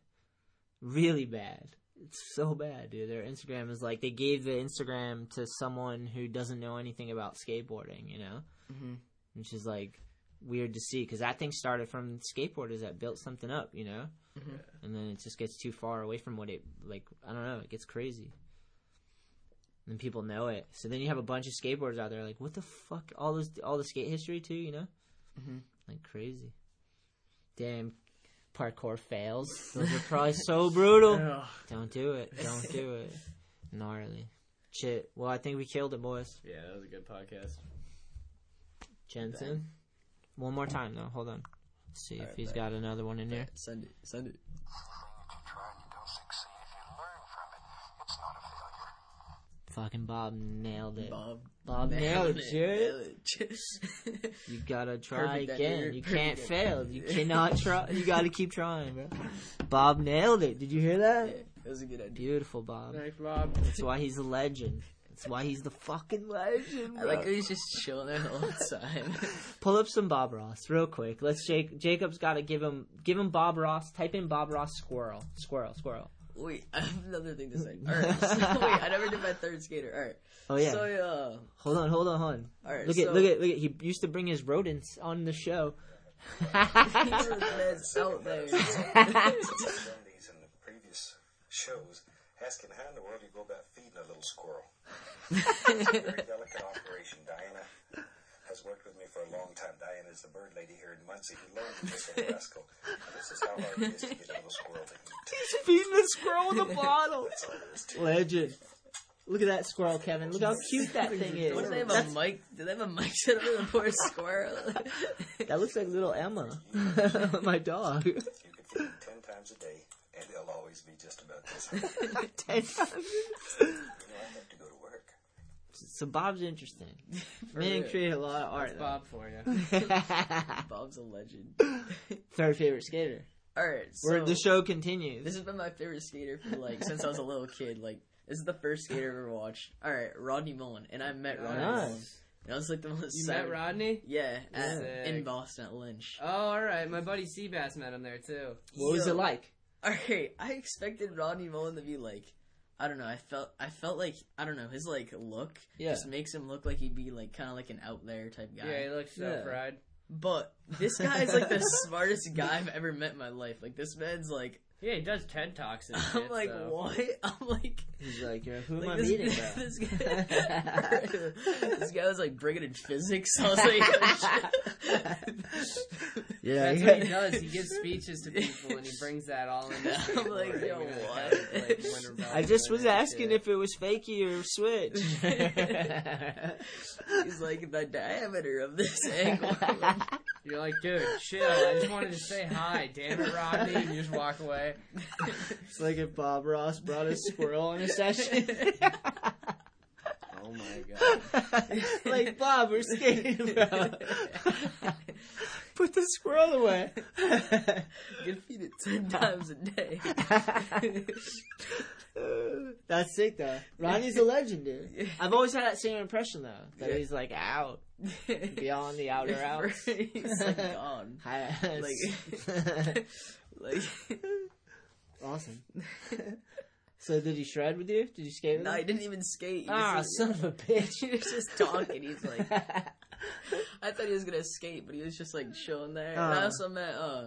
Really bad. It's so bad, dude. Their Instagram is like they gave the Instagram to someone who doesn't know anything about skateboarding, you know?
Mm-hmm.
Which is like weird to see because that thing started from skateboarders that built something up, you know? And then it just gets too far away from what it, like, I don't know, it gets crazy. And people know it. So then you have a bunch of skateboarders out there like, what the fuck? All this, all the skate history too, you know?
Mhm.
Like crazy. Damn, parkour fails. Those are probably so brutal.
Ugh.
Don't do it. Don't do it. Gnarly. Shit. Well, I think we killed it, boys.
Yeah, that was a good podcast.
Jensen. One more time though. Hold on. See if
Alright,
he's
bet.
got another one in there.
Send it. Send it.
Fucking Bob nailed it.
Bob.
Bob nailed, it, dude.
Nailed it.
You gotta try
Perfect
again.
idea.
You
Perfect
can't
idea.
fail. You cannot try. You gotta keep trying, bro. Bob nailed it. Did you hear that?
That was a good idea.
Beautiful, Bob.
Thanks, Bob.
That's why he's a legend. That's why he's the fucking legend.
I
bro.
like how he's just chilling there the whole time.
Pull up some Bob Ross real quick. Let's Jake. Jacob's got to give him give him Bob Ross. Type in Bob Ross squirrel squirrel squirrel.
Wait, I have another thing to say. Alright, so, wait, I never did my third skater. Alright.
Oh, yeah.
So, yeah.
Hold on, hold on, hold on.
Alright,
look
so-
at look at look at. He used to bring his rodents on the show.
That's out there.
Sundays in the previous shows asking how in the world you go about feeding a little squirrel. it's a very delicate operation. Diana has worked with me for a long time. Diana is the bird lady here in Muncie who loaned me this little rascal. And this is how hard it is to get a little squirrel to eat.
He's feeding the squirrel with a bottle. Legend. Look at that squirrel, Kevin. Look how cute that thing is.
What do they have
That's-
a mic? Do they have a mic set up for the poor squirrel?
that looks like little Emma, my dog.
You could feed him ten times a day, and he'll always be just about this hard. You know, I have to go to work.
so Bob's interesting.
For
Man
real.
created a lot of
That's
art.
Bob for
though.
Bob's a legend.
Third favorite skater.
Alright, so.
Where the show continues.
This has been my favorite skater for like since I was a little kid. Like this is the first skater I've ever watched. All right, Rodney Mullen, and I met Rodney
Nice.
Mullen. And I was like the most.
You met
savage-
Rodney?
Yeah, at,
Sick.
in Boston at Lynch.
Oh, all right. My buddy Seabass met him there too.
What was
Yo.
it like?
All right, I expected Rodney Mullen to be like, I don't know. I felt I felt like I don't know his like look.
Yeah.
just makes him look like he'd be like kind of like an out there type guy.
Yeah, he looks so
Yeah.
fried.
But this guy is like the smartest guy I've ever met in my life. Like this man's like
Yeah, he does TED Talks and
I'm
shit,
like,
so.
what? I'm like,
He's like, yeah, who
like,
am I
this,
meeting, bro?
this, guy, this guy was like bringing in physics. I was like, "Oh,
Yeah,
that's
he-
what he does. He gives speeches to people, and he brings that all in.
I'm like, yo, what?
I just was asking if it was fakey or switch.
He's like the diameter of this angle.
You're like, dude, chill. I just wanted to say hi. Damn it, Rodney. And you just walk away.
it's like if Bob Ross brought a squirrel on a session.
oh my
like Bob, we're skating, bro. Put the squirrel away.
Get feed it ten times a day.
That's sick though. Ronnie's a legend, dude. I've always had that same impression though. That
Yeah.
he's like out beyond the outer outs.
He's like gone.
Hi-
Like- Like,
awesome. So did he shred with you? Did you skate with
no,
him?
he didn't even skate. He
Ah,
was
son of a bitch.
He was just talking. He's like, I thought he was gonna skate, but he was just like chilling there. and I
Oh.
also met uh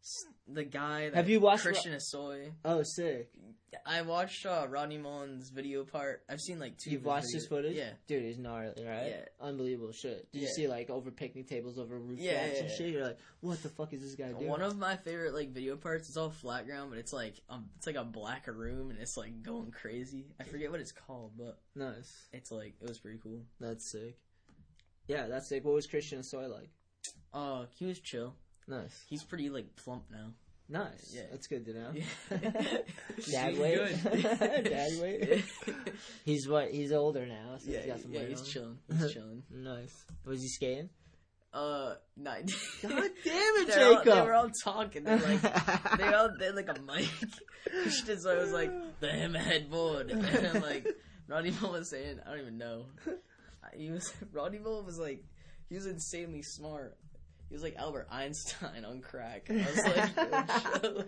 s- the guy. That
Have you watched
Christian Asoy?
Oh, sick.
I watched uh, Rodney Mullen's video part. I've seen like two.
You've
of
watched
his
this
videos.
footage?
Yeah.
Dude, it's gnarly, right?
Yeah.
Unbelievable shit. Did
Yeah.
you see like over picnic tables, over roof
Yeah,
racks
yeah,
and
yeah.
shit? You're like, what the fuck is this guy doing?
One of my favorite like video parts is all flat ground, but it's like um, it's like a black room and it's like going crazy. I forget what it's called, but
nice.
it's like it was pretty cool.
That's sick. Yeah, that's sick. What was Christian Soy like?
Uh, he was chill.
Nice.
He's pretty like plump now.
Nice.
Yeah.
That's good to know.
He's
Dad weight.
good.
Dad weight. He's what? He's older now, so
yeah,
he's got some
yeah,
weight
he's
on.
chilling. He's chilling.
Nice. Was he skating?
Uh, no. God
damn it,
They
Jacob.
were all talking. They're like, they all they had like a mic. Just I was like the hammerhead board, and I'm like Rodney Mullen was saying, I don't even know. He was Rodney Mullen was like, he was insanely smart. He was like Albert Einstein on crack. I was like, yo, chill.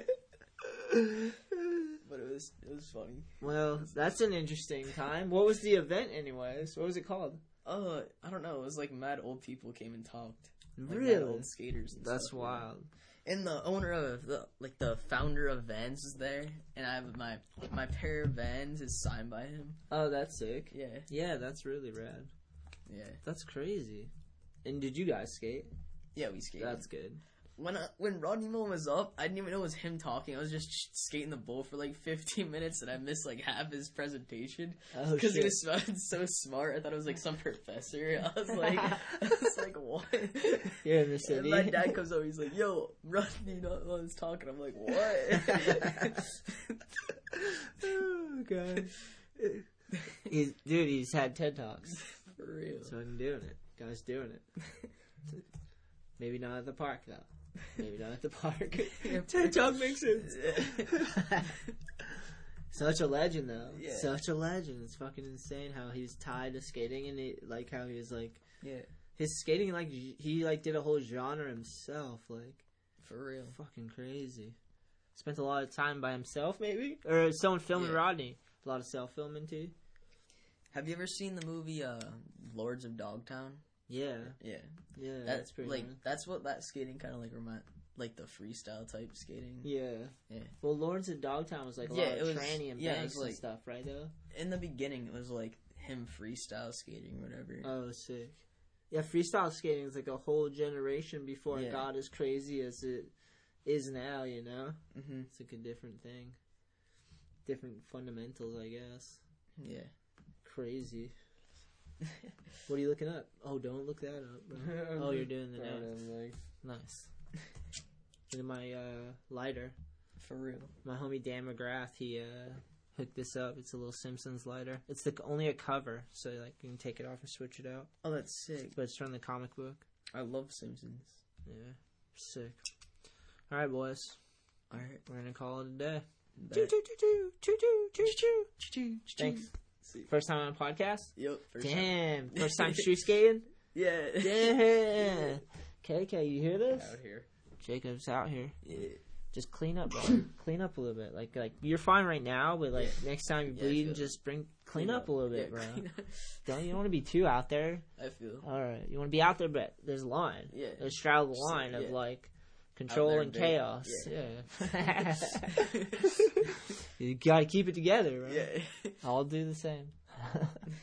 but it was it was funny.
Well, that's an interesting time. What was the event, anyways? What was it called?
Uh, I don't know. It was like mad old people came and talked. Like, mad
Really?
old skaters. And
That's
stuff, yeah.
wild.
and the owner of the like the founder of Vans is there, and I have my my pair of Vans is signed by him.
Oh, that's sick.
Yeah,
Yeah, that's really rad.
yeah,
That's crazy. And did you guys skate?
yeah. We skated.
That's good.
when I, when Rodney Mullen was up, I didn't even know it was him talking. I was just sh- skating the bowl for like 15 minutes, and I missed like half his presentation
Oh,
because he
shit.
was so, so smart. I thought it was like some professor. I was like, I was like, what?
You're in the
And
city.
my dad comes over, he's like, "Yo, Rodney Mullen's talking." I'm like, "What?"
oh god. He's, dude, he's had TED talks.
for real.
So I'm doing it. Guys doing it. Maybe not at the park though. Maybe not at the park. TED Talk makes sense. Such a legend though.
Yeah.
Such a legend. It's fucking insane how he's tied to skating and he, like how he was like
yeah,
his skating like g- he like did a whole genre himself like
for real.
fucking crazy. Spent a lot of time by himself maybe or someone filming
Yeah.
Rodney. A lot of self filming too.
Have you ever seen the movie uh, Lords of Dogtown?
Yeah,
Yeah,
yeah,
that-
that's pretty.
like
nice.
that's what that skating kind of like remind, like the freestyle type skating.
Yeah.
Yeah.
Well, Lawrence of Dogtown was like a
Yeah,
lot
it
of
was-
tranny and
yeah, it
banks
was like-
and stuff, right? Though.
In the beginning, it was like him freestyle skating, whatever.
Oh, sick. Yeah, freestyle skating is like a whole generation before
Yeah.
it got as crazy as it is now. You know,
hmm
it's like a different thing, different fundamentals, I guess.
Yeah.
Crazy. what are you looking up? Oh, don't look that up. Bro. oh, you're doing the notes. Nice. And my uh, lighter.
For real.
my homie Dan McGrath, he uh, hooked this up. It's a little Simpsons lighter. It's the only a cover, so like you can take it off and switch it out.
Oh, that's sick.
But it's from the comic book.
I love Simpsons.
Yeah, sick. All right, boys,
All right.
we're gonna call it a day.
bet.
Choo-choo-choo-choo, choo-choo-choo-choo. Thanks.
See.
First time on a podcast.
Yep. First time.
Damn, first time shoe skating.
Yeah.
Damn. KK, you hear this?
Out here.
Jacob's out here.
Yeah.
Just clean up, bro. clean up a little bit. Like, like you're fine right now, but like next time you
Yeah, I
bleed,
feel it.
just bring clean, up. a little bit,
Yeah,
bro.
clean up.
Don't you don't want to be too out there?
I feel.
All right, you want to be out there, but there's a line.
Yeah.
There's a straddle
Just like-
line of
yeah.
like, 'cause Control and
dating.
chaos. Yeah.
Yeah. you gotta keep it together, right?
I'll do the same.